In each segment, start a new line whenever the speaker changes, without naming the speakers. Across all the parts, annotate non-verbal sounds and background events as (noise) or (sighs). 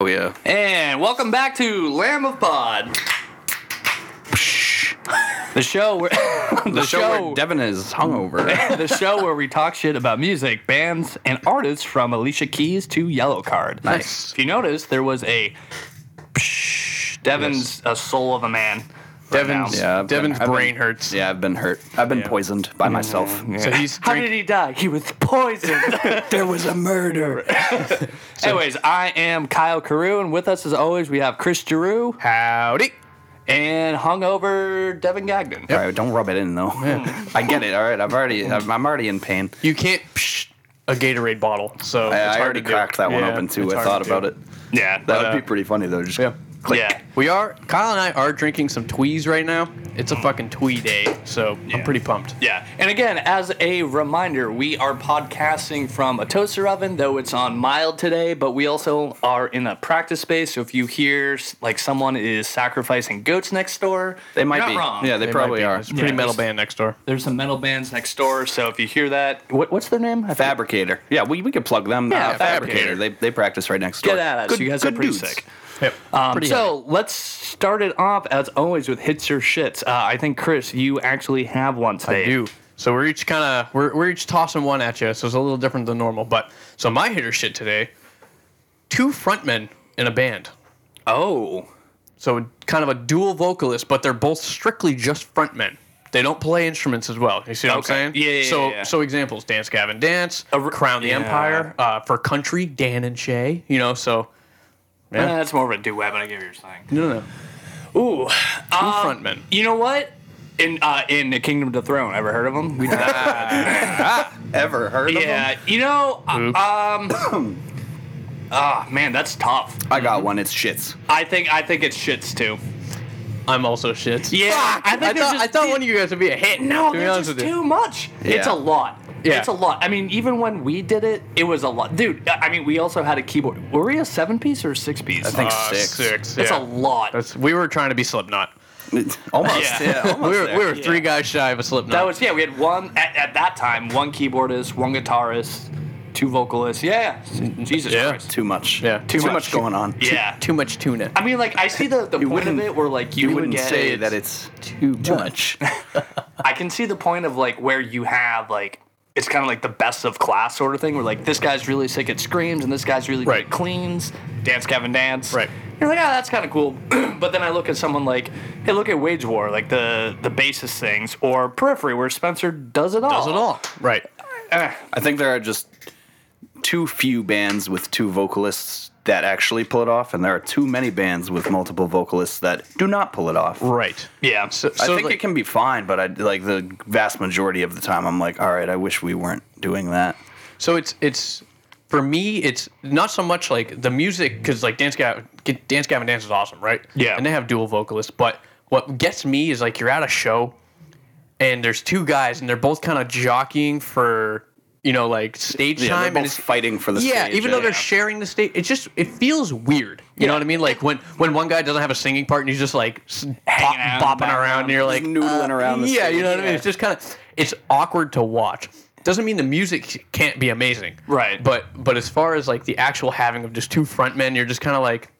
Oh yeah.
And welcome back to Lamb of Pod. The show where (laughs) the,
The, show,
show,
where Devin is hungover.
the show where we talk shit about music, bands, and artists from Alicia Keys to Yellow Card.
Nice.
If you notice, there was a Devin's a soul of a man. right now.
Devin's,
Yeah, I've been-
Devin's
I've been-
brain hurts.
yeah, I've been hurt. I've been poisoned by myself.
So he's
How did
drinking.
he die? He was poisoned.
There was a murder.
Anyways, I am Kyle Carew, and with us as always we have Chris Giroux
Howdy.
and hungover Devin Gagnon.
All right, don't rub it in though. (laughs) I get it. All right, I've already, I'm, I'm already in pain.
You can't psh, a Gatorade bottle, so
I,
it's
I
hard
already
to do.
cracked that one
Yeah,
open too.
it's
I
hard to
thought
do.
about it.
Yeah,
That
but, uh,
would be pretty funny though. Just
Yeah.
yeah.
We are Kyle and I are drinking some tweeze right now. It's a fucking twee day, so I'm pretty pumped.
Yeah. And again, as a reminder, we are podcasting from a toaster oven, though it's on mild today, but we also are in a practice space. So if you hear s- like someone is sacrificing goats next door,
They might
you're not
be.
Wrong.
Yeah, they,
They might
probably
be.
are.
There's a pretty
Yeah.
metal band next door.
There's some metal bands next door. So if you hear that, what, what's their name? I forget.
Fabricator. Yeah, we, we could plug them.
Yeah,
Uh, Fabricator.
Fabricator.
They, they practice right next door.
Get at us.
Good-
you guys are
good
pretty
dudes.
sick.
Yep.
Um, so let's start it off as always with hits or shits. Uh, I think Chris, you actually have one today.
I do. So we're each kind of we're, we're each tossing one at you, so it's a little different than normal. But so my hitter shit today, two frontmen in a band.
Oh,
So kind of a dual vocalist, but they're both strictly just frontmen. They don't play instruments as well. You see what
Okay.
I'm saying?
Yeah, yeah,
So
yeah, yeah.
so examples: Dance Gavin Dance,
A r-
Crown the
yeah.
Empire uh, for country, Dan and Shay. You know, so
Eh,
Yeah.
that's more of a duet, but I get what you're saying.
no, no, no.
Ooh,
two
Uh,
frontmen.
You know what? In uh, in the Kingdom to Throne, ever heard of them? We did that.
Ever heard of them?
yeah, you know, uh, um,
Oops.
ah, man, that's tough.
I got one. It's shits.
I think I think it's shits too.
I'm also shit.
Yeah, I
I,
think they're
thought
just
I thought
too-
one of you guys would be a hit.
No,
to be
they're
honest
just
with you.
too much. It's
Yeah.
a lot.
Yeah.
It's a lot. I mean, even when we did it, it was a lot, dude. I mean, we also had a keyboard. Were we a seven piece or a six piece?
I think
Uh,
six.
six.
That's
yeah.
a lot.
That's, we were trying to be Slipknot.
Almost.
Yeah.
Yeah.
We
almost
were,
there.
we were
Yeah.
three guys shy of a Slipknot.
That was yeah. We had one at, at that time. One keyboardist, one guitarist, two vocalists. Yeah, Jesus
Yeah.
Christ.
Too much.
Yeah.
Too,
Too
much.
much.
going on.
yeah.
too much tuna.
I mean, like I see the, the point of
wouldn't-
it where like you,
You,
would
wouldn't
get,
say that it's
Too much.
I can see the point of like where you have like it's kind of like the best of class sort of thing where like this guy's really sick at screams and this guy's really good
Right.
at cleans, dance Kevin dance.
Right.
You're like, oh, that's kind of cool. (clears throat) but then I look at someone like, hey, look at Wage War, like the the basis things, or Periphery, where Spencer does it all.
Does it all. Right.
Eh,
I think there are just too few bands with two vocalists that actually pull it off, and there are too many bands with multiple vocalists that do not pull it off.
Right.
yeah.
So,
I
so,
think
like-
it can be fine, but I like the vast majority of the time I'm like, all right, I wish we weren't doing that.
So it's it's for me it's not so much like the music because like dance Gavin dance Gavin dance is awesome, right?
Yeah.
And they have dual vocalists, but what gets me is like you're at a show and there's two guys and they're both kind of jockeying for you know like stage
Yeah,
time
they're
and
both
it's
fighting for the
yeah,
stage,
even though
yeah.
they're sharing the stage, it just it feels weird. You know what I mean? Like when when one guy doesn't have a singing part and he's just like s- bop,
Hanging out in the
bopping around, and you're like
Just noodling around the
yeah,
stage.
you know what I mean. It's just kind of it's awkward to watch. Doesn't mean the music can't be amazing,
Right.
But but as far as like the actual having of just two frontmen, you're just kind of like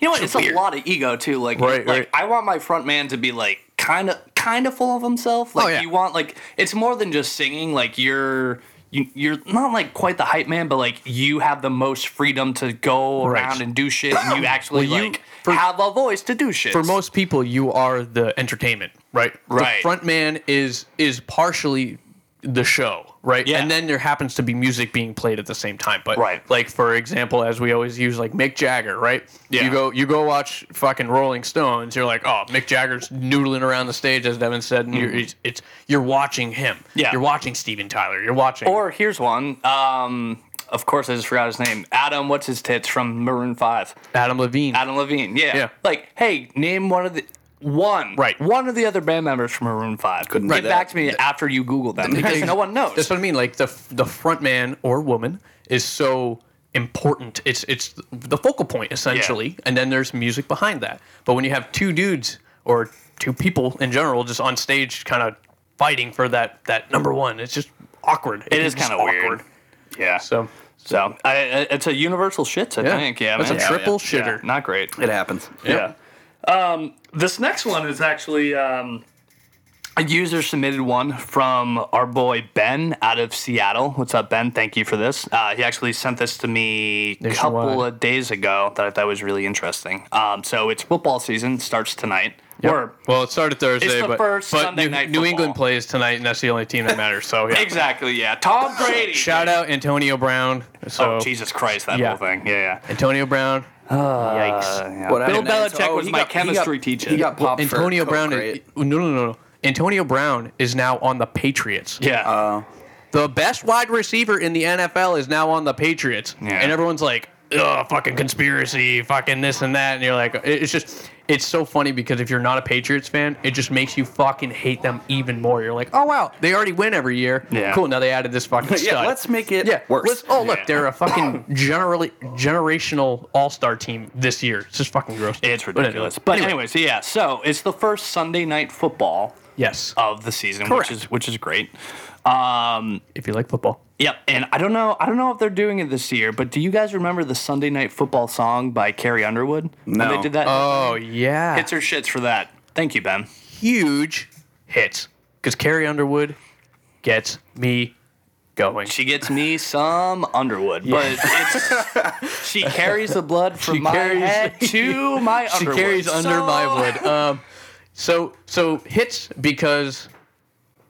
You know what? It's,
It's
a
weird.
lot of ego too. Like,
Right,
like
right.
I want my front man to be like kind of kind of full of himself. Like
Oh, yeah.
you want like it's more than just singing. Like you're you, you're not like quite the hype man, but like you have the most freedom to go
Right.
around and do shit, and you actually
(coughs) Well, you-
like
for-
have a voice to do shit.
for most people, you are the entertainment, right?
Right.
The frontman is is partially the show, right?
Yeah.
And then there happens to be music being played at the same time. But
Right.
like for example, as we always use, like Mick Jagger, right?
Yeah.
You go you go watch fucking Rolling Stones. You're like, oh, Mick Jagger's noodling around the stage, as Devin said, and you're it's, it's you're watching him.
Mm-hmm. Yeah.
You're watching Steven Tyler. You're watching
Or here's one. Um, of course, I just forgot his name. Adam, what's his tits from Maroon Five?
Adam Levine.
Adam Levine. Yeah.
Yeah.
Like, hey, name one of the one
Right.
one of the other band members from Maroon Five.
Couldn't
get
do
back
that.
to me after you Google them because no one knows.
That's what I mean. Like the the front man or woman is so important. It's it's the focal point essentially, and then there's music behind that. But when you have two dudes or two people in general just on stage, kind of fighting for that that number one, it's just awkward.
It is kind of weird. Yeah.
So
So I, I- it's a universal shit. I think. Yeah,
that's
man.
a
Yeah,
triple
yeah.
shitter.
Yeah, Not great.
It happens.
Yeah. Um, this next one is actually um, a user submitted one from our boy Ben out of Seattle. What's up, Ben? Thank you for this. Uh, he actually sent this to me a couple
Nationwide.
of days ago that I thought was really interesting. Um, so it's football season, starts tonight. Or
Well, it started Thursday,
It's the
but,
first
but
Sunday
New,
night
New England
football.
plays tonight, and that's the only team that matters. So yeah.
exactly, yeah.
(laughs)
Tom Brady.
Shout out Antonio Brown. So
Oh, Jesus Christ, that
Yeah.
whole thing. Yeah, yeah.
Antonio Brown. Yikes.
Uh, What
Bill
happened next?
Belichick
Oh,
was
he
my
got- he got-
chemistry teacher.
He got popped for
Antonio
coke,
Brown.
right?
no, no, no, no. Antonio Brown is now on the Patriots.
Yeah.
uh,
The best wide receiver in the NFL is now on the Patriots.
Yeah.
And everyone's like, oh, fucking conspiracy, fucking this and that. And you're like, it- it's just, it's so funny because if you're not a Patriots fan, it just makes you fucking hate them even more. You're like, oh, wow, they already win every year.
Yeah.
Cool, now they added this fucking
(laughs) Yeah,
stud.
let's make it
yeah,
worse.
let's- oh, look,
Yeah.
they're
(clears throat)
a fucking generally generational all star team this year. It's just fucking gross.
It's ridiculous. But anyways, yeah. So it's the first Sunday night football
yes,
of the season,
Correct.
which is which is great. Um,
if you like football.
yep. And I don't know, I don't know if they're doing it this year, but do you guys remember the Sunday night football song by Carrie Underwood? When
No.
they did that.
Oh, yeah.
Hits or shits for that. Thank you, Ben.
huge hits because Carrie Underwood gets me going.
She gets me some Underwood, but it's,
(laughs)
she carries the blood from
She
my
carries- (laughs)
head to my
She
Underwood.
carries under
So-
my wood. Um, so so hits because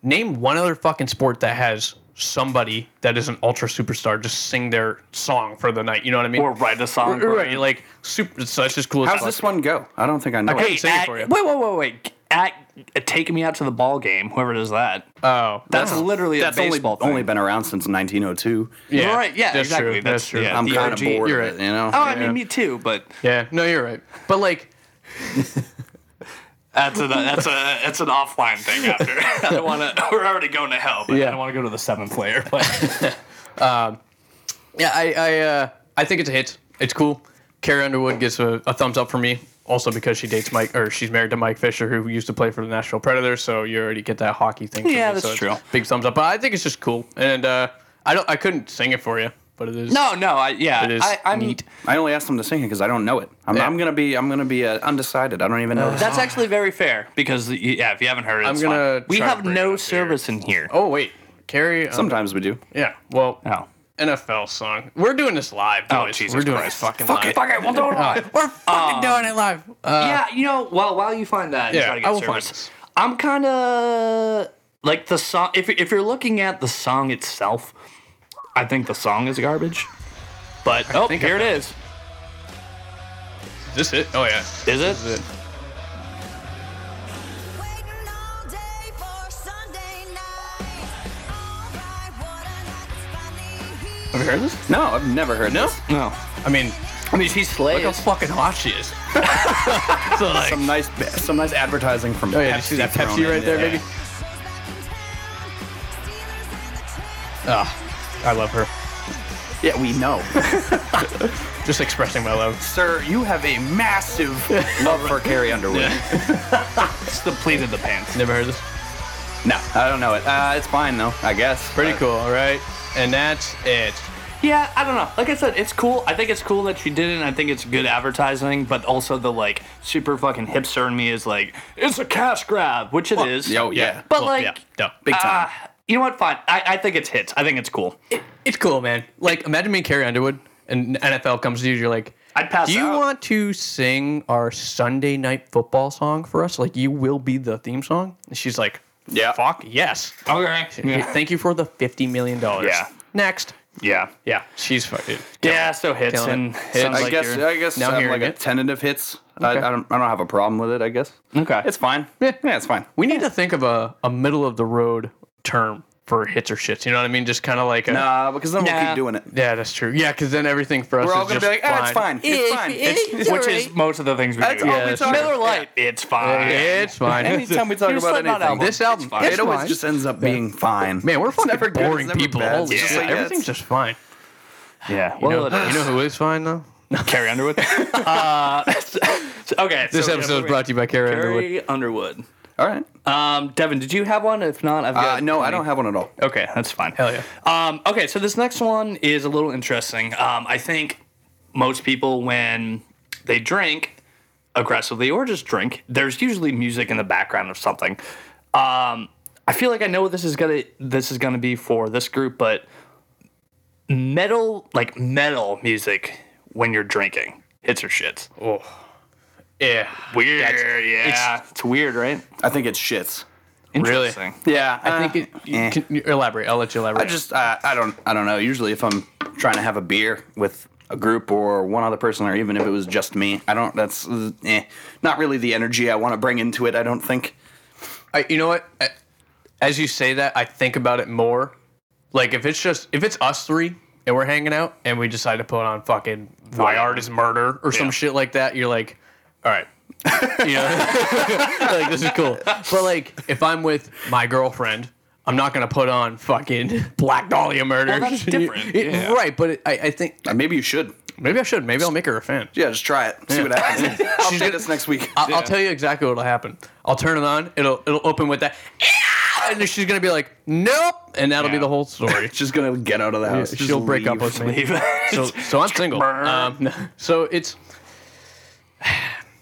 name one other fucking sport that has somebody that is an ultra superstar just sing their song for the night. You know what I mean?
Or write a song. for
right,
it.
like super. So that's just cool. as
How's
fuck.
this one go? I don't think I know.
Okay.
it.
Hey,
sing it
at-
for you.
Wait, wait, wait, wait. At, at taking me out to the ball game, whoever does that.
Oh,
That's literally
That's
a
only,
baseball thing.
only been around since 1902.
yeah,
right, yeah,
that's
exactly.
True,
That's-
that's true.
yeah.
Um,
I'm
The
kind of
OG
bored
you're
of it,
right.
you know?
oh, I mean, me too. But
yeah, no, you're right. But like,
that's a that's a that's an offline thing. After (laughs) I don't want to. We're already going to hell. But
Yeah.
I don't want to go to the seventh player. But
Yeah, I I, uh, I think it's a hit. It's cool. Carrie Underwood gets a, a thumbs up from me, also because she dates Mike, or she's married to Mike Fisher, who used to play for the Nashville Predators. So you already get that hockey thing. from
Yeah,
me,
that's
so it's
true.
Big thumbs up. But I think it's just cool, and uh, I don't. I couldn't sing it for you, but it
(laughs)
is.
no, no, I, yeah,
it is
I, I'm.
neat.
I only asked them to sing it because I don't know it. I'm,
Yeah.
I'm gonna be I'm gonna be uh, undecided. I don't even know. this.
That's actually very fair because yeah, if you haven't heard it,
I'm
it's
gonna
fine. We
try to
have
bring it up
no
here.
service in here. Oh.
Oh wait, Carrie. um,
Sometimes we do.
yeah. Well.
no.
NFL song. We're doing this live.
Oh,
boys.
Jesus
We're doing
Christ.
this fucking
Fuck
live.
it, fuck it,
(laughs)
we'll do it live.
We're fucking doing it live. Uh,
yeah, you know, while while you find that,
Yeah,
yeah,
I will find this.
I'm kind of like the song. If if you're looking at the song itself, I think the song is garbage. But oh,
think I
here it
found
is.
is this it? Oh yeah.
Is it?
This is it.
Waiting all day for Sunday night. All right, what a night is finally
Have you heard this?
No, I've never heard
No.
this.
No,
I mean,
I mean she
look how
slays.
fucking hot she is. (laughs) so like,
Some nice some nice advertising from.
Oh
Pepsi
yeah, did you see that
thrown
Pepsi
in
right there, baby?
She's back in town. Steelers and the Chiefs.
Ah, I love her.
Yeah, we
(laughs)
know.
Just expressing my love.
Sir, you have a massive
(laughs)
love for Carrie Underwood.
It's the pleat of the pants.
Never heard this.
No, I don't know it. Uh, it's fine though, I guess.
Pretty
Uh,
cool, all right. And that's it.
Yeah, I don't know. Like I said, it's cool. I think it's cool that she did it. And I think it's good advertising, but also the like super fucking hipster in me is like, it's a cash grab, which it is.
Yo, yeah.
But like,
no.
Big time.
ah, you know what? Fine. I, I think it's hits. I think it's cool.
it's cool, man. Like imagine being Carrie Underwood and NFL comes to you. You're like,
I'd pass
Do you
out."
want to sing our Sunday night football song for us? Like you will be the theme song. And she's like,
Yeah.
fuck yes.
Okay. Yeah.
Thank you for the fifty million dollars.
Yeah.
Next.
Yeah.
Yeah, she's fucking.
Yeah, so hits
Killing
and
it.
sounds
Hits.
I
like
guess
you're-
I guess
now
uh,
hearing
like a
it.
tentative hits.
Okay.
I, I, don't, I don't have a problem with it. I guess.
Okay.
It's fine.
Yeah.
Yeah, it's fine.
We need to think of a, a middle of the road term for hits or shits. You know what I mean? Just kind of like a.
Nah, Uh, because then we'll
Nah.
keep doing it.
Yeah, that's true. Yeah, because then everything for us
We're
is
all gonna
just
be like, ah, it's fine. It's fine.
it's, which is most of the things we
That's
do.
all
Yeah,
we
that's
talk
true.
Miller
about.
Lite, it's fine.
It's fine.
Anytime we talk
New
about
Slipknot
anything,
album.
this album,
fine.
it's
it always
fine.
just ends up being fine.
(laughs) man, we're fucking
never good, it's
boring
never
people.
bad,
Holy
it's just
shit,
like
everything's
this.
just fine.
Yeah.
You
Well,
know, you know who is
(laughs)
fine though?
Carrie Underwood. (laughs) uh, okay.
This
so, yeah,
episode is
moving-
brought to you by Carrie Underwood.
Carrie Underwood.
All right.
Um, Devin, did you have one? If not, I've
Uh,
got.
no, I don't have one at all.
Okay, that's fine.
Hell yeah.
Um, okay, so this next one is a little interesting. Um, I think most people, when they drink aggressively or just drink, there's usually music in the background of something. Um, I feel like I know what this is gonna this is gonna be for this group, but metal like metal music when you're drinking hits or shits.
Oh.
Yeah.
Weird,
Oh, That's-
yeah, it's, weird, right?
I think it's shits.
Really?
Interesting. (laughs)
Yeah,
I think it, you can you elaborate. I'll let you elaborate.
I just I, I don't I don't know. Usually, if I'm trying to have a beer with a group or one other person, or even if it was just me, I don't. That's uh, eh, not really the energy I want to bring into it. I don't think.
I, you know what? I- As you say that, I think about it more. Like if it's just if it's us three and we're hanging out and we decide to put on fucking Why Art is Murder or some shit like that, you're like, all right, (laughs) you know, (laughs) like this is cool. But like if I'm with my girlfriend. I'm not gonna put on fucking (laughs) Black Dahlia murder. (laughs)
that's different,
It-
yeah.
Right, but it, I, I think
Uh, Maybe you should.
maybe I should. Maybe I'll make her a fan.
Yeah, just try it. See what happens. I'll say this next week.
I- I'll tell you exactly what'll happen. I'll turn it on. It'll it'll open with that, "Ah!" and then she's gonna be like, "Nope," and that'll be
Yeah.
the
(laughs)
whole story.
Just gonna get out of the house. Just
She'll break up
leave.
with me. So
(laughs)
so I'm single. Um, so it's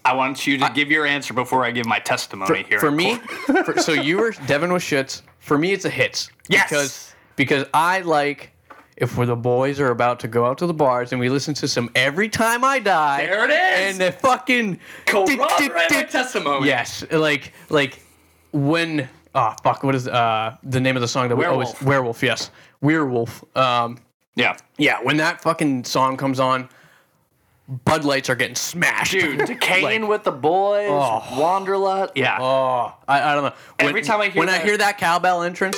I want you to give your answer before I give my testimony here.
for
in
me.
(laughs) court.
for- so you were Devin was shits. For me, it's a hits.
Yes.
Because because I like. If we're the boys are about to go out to the bars and we listen to some "Every Time I Die,"
There it is!
and the fucking
corroborate my testimony.
Yes, like like when oh fuck, what is uh the name of the song that we
Werewolf.
always werewolf? Yes, werewolf. Um,
Yeah.
yeah, when that fucking song comes on, Bud Lights are getting smashed.
Dude, (laughs) Decayin
(laughs) Like-
with the boys,
Oh.
Wanderlust. Yeah.
oh, I, I don't know. When,
Every time I hear
when I
that-
hear that cowbell entrance,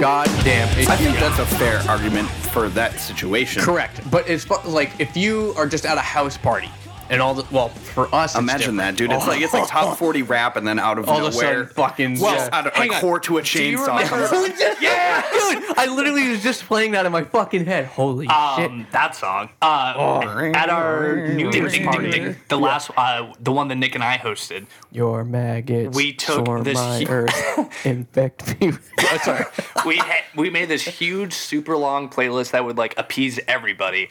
god damn, it-
I think that's a fair argument for that situation.
correct. But it's fu- like if you are just at a house party and all the well for us, it's
Imagine
different. Oh.
that, dude. It's like it's like top forty rap, and then out of
All of a
nowhere,
sudden, fucking
well,
yeah.
out of, like
Hang on.
whore to a
Do you
chainsaw.
remember-
comes out.
(laughs)
yeah.
Dude, I literally was just playing that in my fucking head. Holy shit.
Um, that song. Uh, at our New Year's
Oh. ding,
party,
ding.
the last, uh, the one that Nick and I hosted.
Your maggots
We took
swarm
this
my
hu-
(laughs) earth, infect me.
(laughs)
oh, sorry.
we had, we made this huge, super long playlist that would like appease everybody.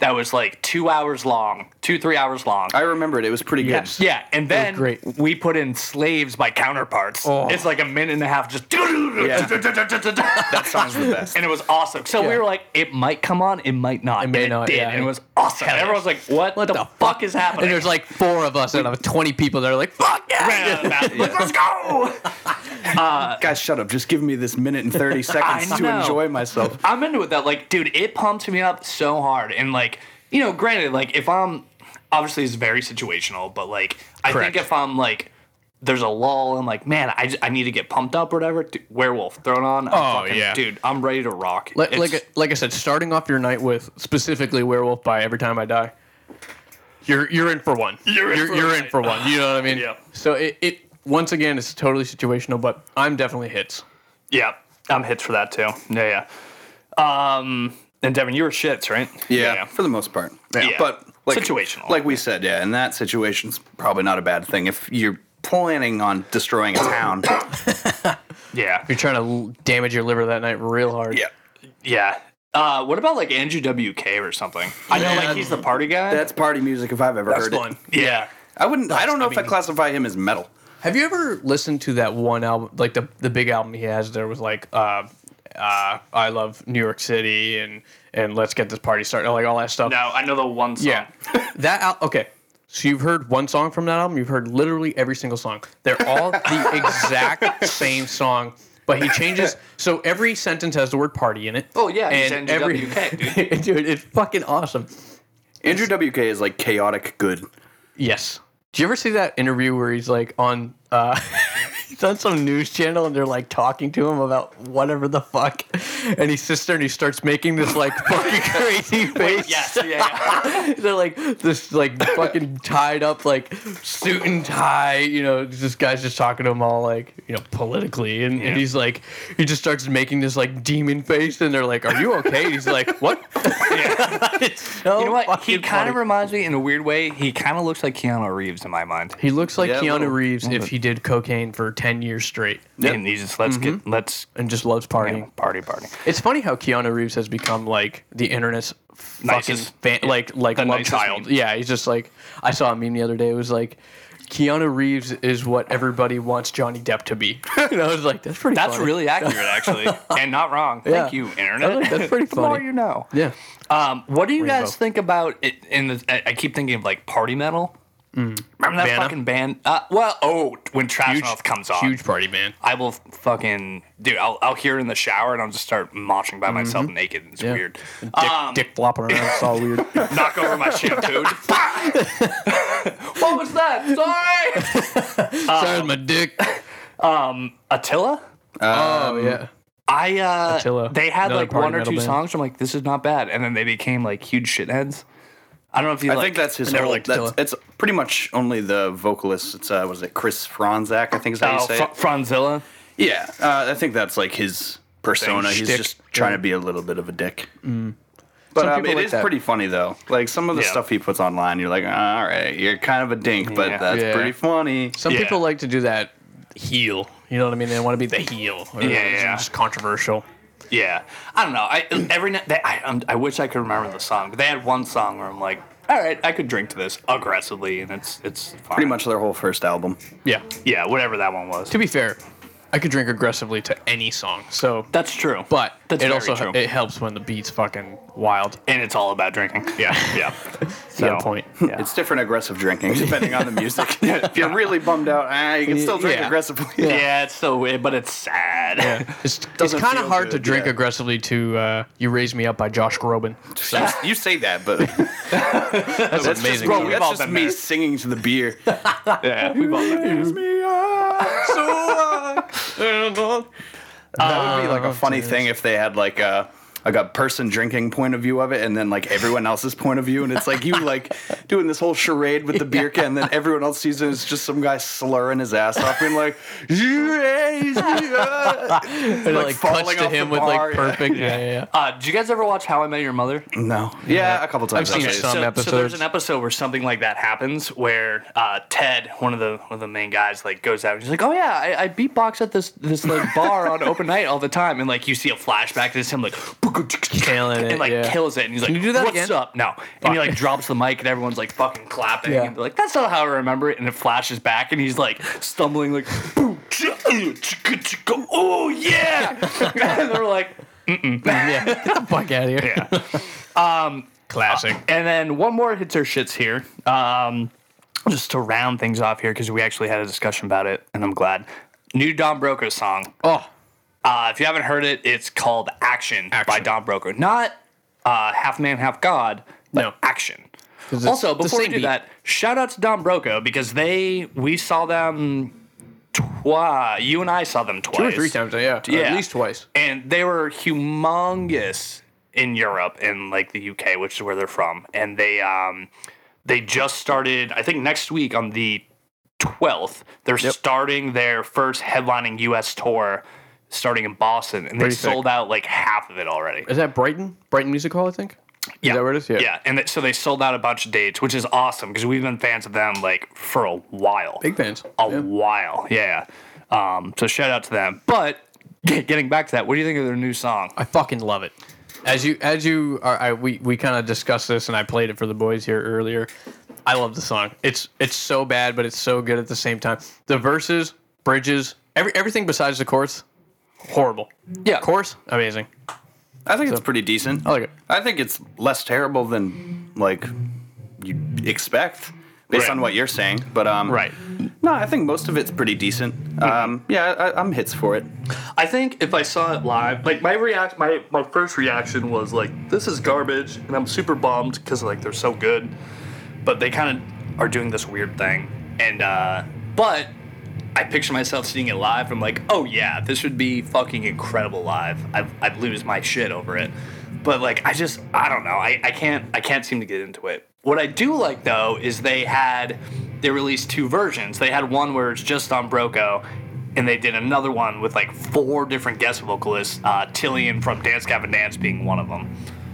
That was like two hours long, two three hours long.
I remember it. It was pretty good.
Yeah, and then
great.
we put in slaves by counterparts.
Oh.
It's like a minute and a half just (laughs)
that song's the best.
and it was awesome. So we
Yeah.
were like, it might come on, it might not.
It may
and
not,
It did,
yeah.
and it was awesome.
Hell
And
yeah.
everyone was like, what, the, fuck, is happening?
And there's like four of us out of 20 people that are like, fuck
Round
(laughs) yeah.
about- like, let's go.
Guys, shut up. Just give me this minute and
(laughs)
30 seconds
I
to
know.
enjoy myself.
I'm into it. That like, dude, it pumps me up so hard. And like, you know, granted, like if I'm obviously it's very situational, but like I
Correct.
think if I'm like. There's a lull. I'm like, man, I, j- I need to get pumped up or whatever. Dude, werewolf thrown on. I'm
Oh,
fucking-
yeah.
dude, I'm ready to rock.
Like,
It's-
like, I- like I said, starting off your night with specifically Werewolf by Every Time I Die, you're you're in for one.
You're in
you're,
for a
you're in
night.
for one. You know what I mean?
Yeah.
So it, it once again it's totally situational, but I'm definitely hits.
Yeah, I'm hits for that too. Yeah, yeah. Um, and Devin, you were shits, right?
Yeah, for the most part.
Yeah.
But like,
Situational.
Like we said, yeah, in that situation's probably not a bad thing. If you're planning on destroying a
(coughs)
town,
yeah,
You're trying to l- damage your liver that night real hard.
yeah,
yeah. Uh, what about like Andrew WK or something? I know, like he's the party guy.
that's party music if I've ever heard
fun.
it.
yeah,
I wouldn't, I don't know
I
if I
mean-
classify him as metal.
Have you ever listened to that one album, like the the big album he has? There was like, uh, uh, I love New York City and and let's get this party started, like all that stuff.
no, I know the one song.
Yeah, (laughs) that al- okay. So you've heard one song from that album. You've heard literally every single song. They're
(laughs)
all the exact same song, but he changes. So every sentence has the word "party" in it.
Oh, yeah, he's
and every
Andrew WK,
(laughs) dude, it's fucking awesome.
Andrew WK is like chaotic good.
Yes. Do you ever see that interview where he's like on (laughs) uh he's on some news channel and they're like talking to him about whatever the fuck and he sits there and he starts making
(laughs)
this like fucking crazy face.
Yes, yeah, yeah.
(laughs) They're like this like fucking tied up like suit and tie, you know, this guy's just talking to him all like, you know, politically and, and he's like he just starts making this like demon face and they're like, Are you okay? And he's like, What? (laughs) It's so
You know what? He
fucking
kind of
funny.
reminds me in a weird way. He kind of looks like Keanu Reeves in my mind.
He looks like
Yeah, a
Keanu
little-
Reeves if he did cocaine for ten years straight
Yep.
And he's just let's get let's
and just loves
you
partying.
know, Mm-hmm. party party.
It's funny how Keanu Reeves has become like the internet's fucking
Nicest.
fan, like like
The
love
nicest
child.
meme.
Yeah, he's just like I saw a meme the other day. It was like Keanu Reeves is what everybody wants Johnny Depp to be. (laughs) and I was like, that's pretty.
That's
funny.
really accurate, actually, (laughs) and not wrong. Thank
Yeah.
you,
I was
internet.
like, that's
(laughs)
pretty
the more
funny.
you know.
yeah.
Um, what do you
Rainbow.
guys think about it? In the, I, I keep thinking of like party metal. Remember that
Vanna?
fucking band? Uh, well, oh, when Trashmouth comes on,
Huge party man.
I will fucking dude. I'll, I'll hear it in the shower and I'll just start moshing by myself naked. It's
Yeah.
weird.
Dick,
Um,
dick flopping around. It's all (laughs) weird.
knock over
(laughs)
my shampoo. what was that? Sorry.
Sorry, my dick.
Attila.
Oh yeah.
I uh,
Attila.
they had
Another
like
party
one or
metal
two
band.
songs. I'm like, this is not bad, and then they became like huge shitheads. I don't know if you.
I
like,
think that's his
never
whole.
liked
That's,
Attila.
it's pretty much only the vocalist. It's uh, was it Chris Franzak? I think is how you
Oh,
say.
Fr-
it.
Franzilla.
Yeah, uh, I think that's like his persona. He's
Shtick.
just trying
Yeah. Mm.
to be a little bit of a dick. But um,
Some people
it is
like that.
pretty funny though. Like some of the
Yeah.
stuff he puts online, you're like, all right, you're kind of a dink,
Yeah.
but that's
Yeah.
pretty funny.
Some
Yeah.
people like to do that heel. You know what I mean? They want to be the heel. Or
Yeah,
it's
yeah.
Just controversial.
Yeah, I don't know. I every night they, I, um, I wish I could remember the song, but they had one song where I'm like, all right, I could drink to this aggressively, and it's it's fine.
Pretty much their whole first album.
Yeah.
Yeah, whatever that one was.
To be fair, I could drink aggressively to any song. So
That's true.
But
that's
it
very
also
true.
it helps when the beat's fucking wild.
and it's all about drinking.
(laughs) Yeah,
Yeah.
so, got a point.
(laughs) Yeah.
It's different aggressive drinking depending on the (laughs) music. if you're really bummed out, ah, you can still drink
Yeah.
aggressively.
yeah. it's so weird, but it's sad. (laughs)
It's, it's
Doesn't
kind of
feel
hard to
good,
drink
yeah.
aggressively to uh, "You Raise Me Up" by Josh (laughs) Groban.
You, you say that, (laughs) but
That's,
that's
amazing.
just, bro,
We've
that's
all
just
been
me
there.
singing to the beer. (laughs)
yeah, (laughs) we've all been there.
That would be like a funny thing if they had like a like a person drinking point of view of it, and then like everyone else's point of view, and it's like you like doing this whole charade with the beer can, and then everyone else sees it, and it's just some guy slurring his ass off, being like, "You raise me up."
And it,
like,
like
falling
cuts to
off the
him with
bar,
like
yeah.
perfect. Yeah, yeah. yeah.
Uh, did you guys ever watch How I Met Your Mother?
No, yeah, a couple times.
seen
actually.
some.
so, so
episodes.
there's an episode where something like that happens where uh, Ted, one of the one of the main guys, like goes out and he's like, "Oh yeah, I, I beatbox at this this like bar
(laughs)
on open night all the time," and like you see a flashback to him like
Killing it,
and like
yeah.
kills it, and he's like,
you do that
"What's
again?"
up?" No, and he like drops the mic and everyone's like fucking clapping
Yeah.
and they're like, "That's not how I remember it," and it flashes back and he's like stumbling like, (laughs) "Oh yeah," (laughs) and they're like.
Um, yeah. Get the fuck out of here. Yeah. um, classic.
And then one more hits or shits here. Um, just to round things off here, because we actually had a discussion about it, and I'm glad. New Don Broco song.
oh,
Uh, if you haven't heard it, it's called Action, by
Action.
Don Broco. Not uh, Half Man, Half God, but
No.
Action.
'Cause it's
Also,
the
before we
same
do
beat.
that, shout out to Don Broco because they we saw them twice. You and I saw them twice,
two or three times. Yeah, yeah.
Yeah.
At least twice.
and they were humongous in Europe and like the UK, which is where they're from. And they um they just started, I think next week on the 12th, they're starting their first headlining US tour starting in Boston and they
Pretty sick.
sold out like half of it already.
Is that Brighton? Brighton Music Hall, I think.
Yeah.
Is that where it is?
Yeah. And th- so they sold out a bunch of dates, which is awesome because we've been fans of them like for a while
Big fans.
a
Yeah.
while. Yeah. Um, so shout out to them. (laughs) But getting back to that, what do you think of their new song?
I fucking love it. As you as you are, I, we we kind of discussed this, and I played it for the boys here earlier. I love the song. It's it's so bad, but it's so good at the same time. The verses, bridges, every everything besides the chorus, horrible.
Yeah.
Chorus, amazing.
I think it's pretty decent.
I like it.
I think it's less terrible than like you expect based
Right.
on what you're saying. But um,
Right.
No, I think most of it's pretty decent. Um, yeah, I, I'm hits for it.
I think if I saw it live, like my react, my my first reaction was like, "This is garbage," and I'm super bummed because like they're so good, but they kind of are doing this weird thing. And uh, but I picture myself seeing it live. I'm like, oh yeah, this would be fucking incredible live. I'd, I'd lose my shit over it. But like, I just, I don't know. I, I can't, I can't seem to get into it. What I do like though is they had, they released two versions. They had one where it's just on Broco, and they did another one with like four different guest vocalists. Uh, Tillian from Dance Gavin Dance being one of them.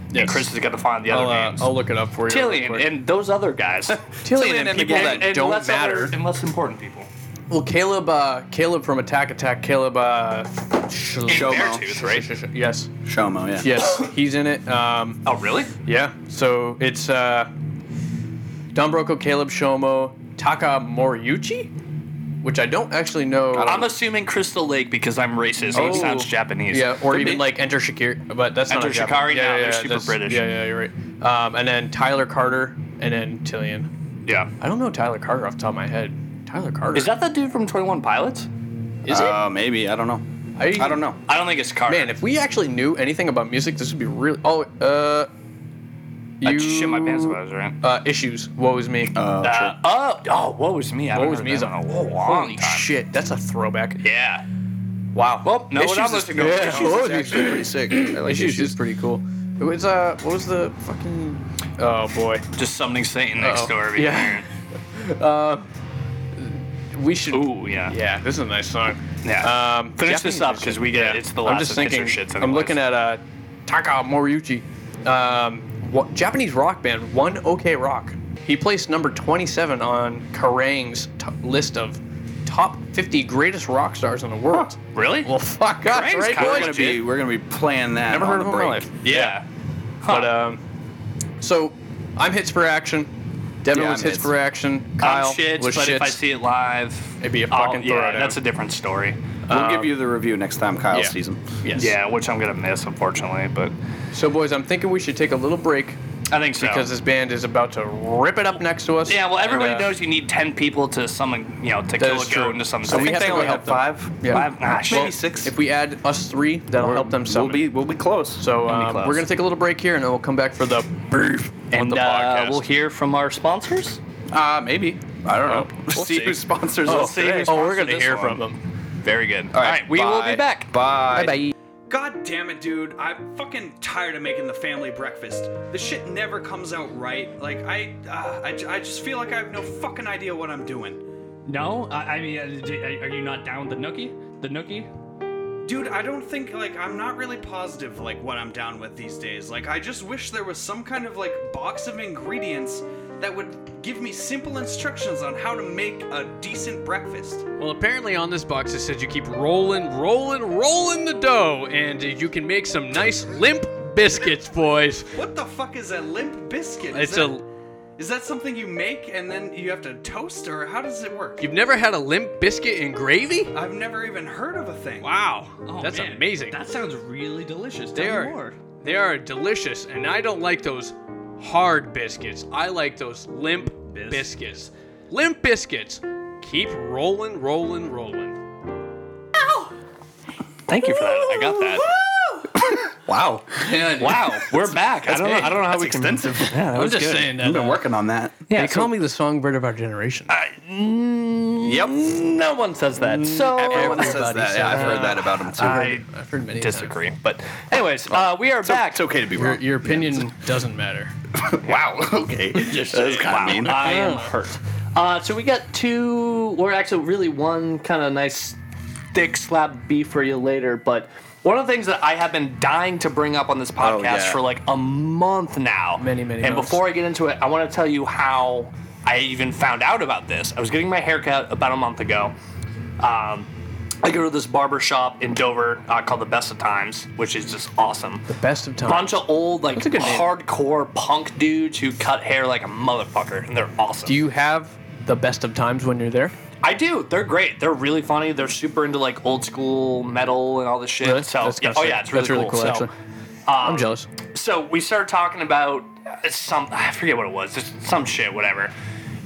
And
Yes.
Chris is gonna find the other
I'll, uh,
names.
I'll look it up for you. real
Tillian
quick.
and those other guys.
Tillian and (laughs) people that don't
less
matter.
other- and less important people.
well, Caleb, uh, Caleb from Attack Attack, Caleb uh, Sh-
Beartooth, right?
Sh- sh- sh- Yes,
Shomo, yeah.
yes, he's in it. Um,
Oh, really?
yeah, so it's uh, Don Broco, Caleb Shomo, Taka Moriuchi, which I don't actually know.
I'm assuming Crystal Lake because I'm racist. and
Oh.
It sounds Japanese.
Yeah, or
But
even
ma-
like Enter Shikari, but that's not
Enter
a Japanese-
Shikari, no, they're super
that's-
British.
Yeah, yeah, you're right. Um, and then Tyler Carter, and then Tillian.
yeah.
I don't know Tyler Carter off the top of my head. Tyler Carter.
Is that the dude from Twenty One Pilots?
Is it?
Uh, maybe I don't know.
I,
I don't know.
I don't think it's Carter.
Man, if we actually knew anything about music, this would be really. Oh, uh, you
I just shit my pants if I was right.
Uh, issues. Woe is me.
Uh,
Uh, oh, oh, what was me? I
Woe
haven't
is
heard
me is
that
on
in
a
a long
Holy
time.
shit. That's a throwback.
Yeah.
Wow.
Well, no,
Issues
what I'm
is-
listening to.
yeah.
Issues
Oh,
It's actually pretty sick. I like
issues,
issues.
is pretty cool. It was uh, what was the fucking? Oh boy.
is just summoning Satan next
Uh-oh.
door. over
Oh. Yeah. We should.
here. Ooh, yeah.
Yeah, this is a nice song.
Yeah.
Um,
Finish this
Japanese
up, 'cause we get- it's the last
I'm just
of Hits or
thinking.
Shits
I'm
anyways.
looking at uh, Taka Moriuchi, um, what, Japanese rock band One OK Rock. He placed number 27 on Kerrang's t- list of top 50 greatest rock stars in the world.
Really?
Well, fuck us,
Kerrang's
right,
kinda
We're
boys?
gonna
Like,
be we're gonna be playing that.
Never
on
heard
the
of him in
break.
my life.
yeah.
But um, so I'm hits for action. Devin
Yeah,
was
I'm
hits
hits.
for action.
Kyle
Kyle
shits,
was
but if I
shits.
see it live,
It'd be a
I'll-
fucking
yeah,
throwdown.
That's a different story.
We'll give you the review next time Kyle
Um, yeah.
sees him.
Yes.
Yeah, which I'm gonna miss, unfortunately. But
So boys, I'm thinking we should take a little break
I think so.
because this band is about to rip it up next to us.
yeah, well, everybody
And, uh,
knows you need ten people to summon, you know, to kill a
is
goat
true.
into something.
So
So
I
we
we
think
have
they
to
only
go
have
help
five.
Yeah.
five, ah, shit.
Maybe six.
If we add us three, that'll help them summon.
We'll be we'll be close.
so
Gonna be
um,
close.
we're gonna take a little break here, and then we'll come back for the brief
and uh, we'll hear from our
Oh,
sponsors.
uh, maybe I don't know. (laughs)
we'll
see,
see.
who sponsors
Oh,
us
see
today.
who's-
oh, we're
sponsor
gonna
this
hear
one.
from them.
Very good.
All right,
we will be
bye.
back.
Bye.
bye.
God damn it, dude. I'm fucking tired of making the family breakfast. This shit never comes out right. Like, I, uh, I, ju- I just feel like I have no fucking idea what I'm doing.
No, I, I mean, uh, d- are you not down with the nookie? The nookie?
Dude, I don't think, like, I'm not really positive, like, what I'm down with these days. Like, I just wish there was some kind of, like, box of ingredients that would give me simple instructions on how to make a decent breakfast.
Well, apparently on this box it says you keep rolling, rolling, rolling the dough, and you can make some nice limp biscuits, boys.
What the fuck is a limp biscuit? Is
It's
that-
a
Is that something you make and then you have to toast, or how does it work?
you've never had a limp biscuit in gravy?
I've never even heard of a thing.
Wow,
Oh,
that's
man,
amazing.
That sounds really delicious.
they
Tell me
are
more.
they are delicious, and I don't like those hard biscuits. I like those limp
Bis-
biscuits. Limp biscuits. Keep rolling, rolling, rolling.
Thank you for that. I got that.
Wow.
Wow, we're back. I don't know. I don't know how
That's
we can.
extensive.
Yeah, that
I'm
was
just
good.
saying that.
I've been working on that.
Yeah,
They
so-
call me the songbird of our generation.
Yep.
No one says that. So
Everyone says that. Yeah, I've heard that about him too.
I
I've heard many times.
disagree. But anyways,
Oh,
uh, we are
it's, o-
back.
it's okay to be
Your,
wrong.
your opinion doesn't matter.
(laughs) wow.
(laughs)
Okay. That's kind of mean. (laughs)
I am hurt. Uh, so we got two, or actually, really one kind of nice thick slab beef for you later. But one of the things that I have been dying to bring up on this podcast
Oh, yeah.
for like a month now.
Many, many
And
months.
before I get into it, I want to tell you how I even found out about this. I was getting my haircut about a month ago. Um, I go to this barber shop in Dover uh, called the Best of Times, which is just awesome
Best of times.
bunch of old like
That's a good name.
hardcore punk dudes who cut hair like a motherfucker and they're awesome.
Do you have the best of times when you're there?
I do. They're great. They're really funny. They're super into like old school metal and all this shit.
Really?
So
That's
yeah,
kinda
oh
sick.
yeah, it's really,
That's really
cool.
cool,
so,
actually. I'm jealous.
so we started talking about uh, some I forget what it was, just some shit, whatever.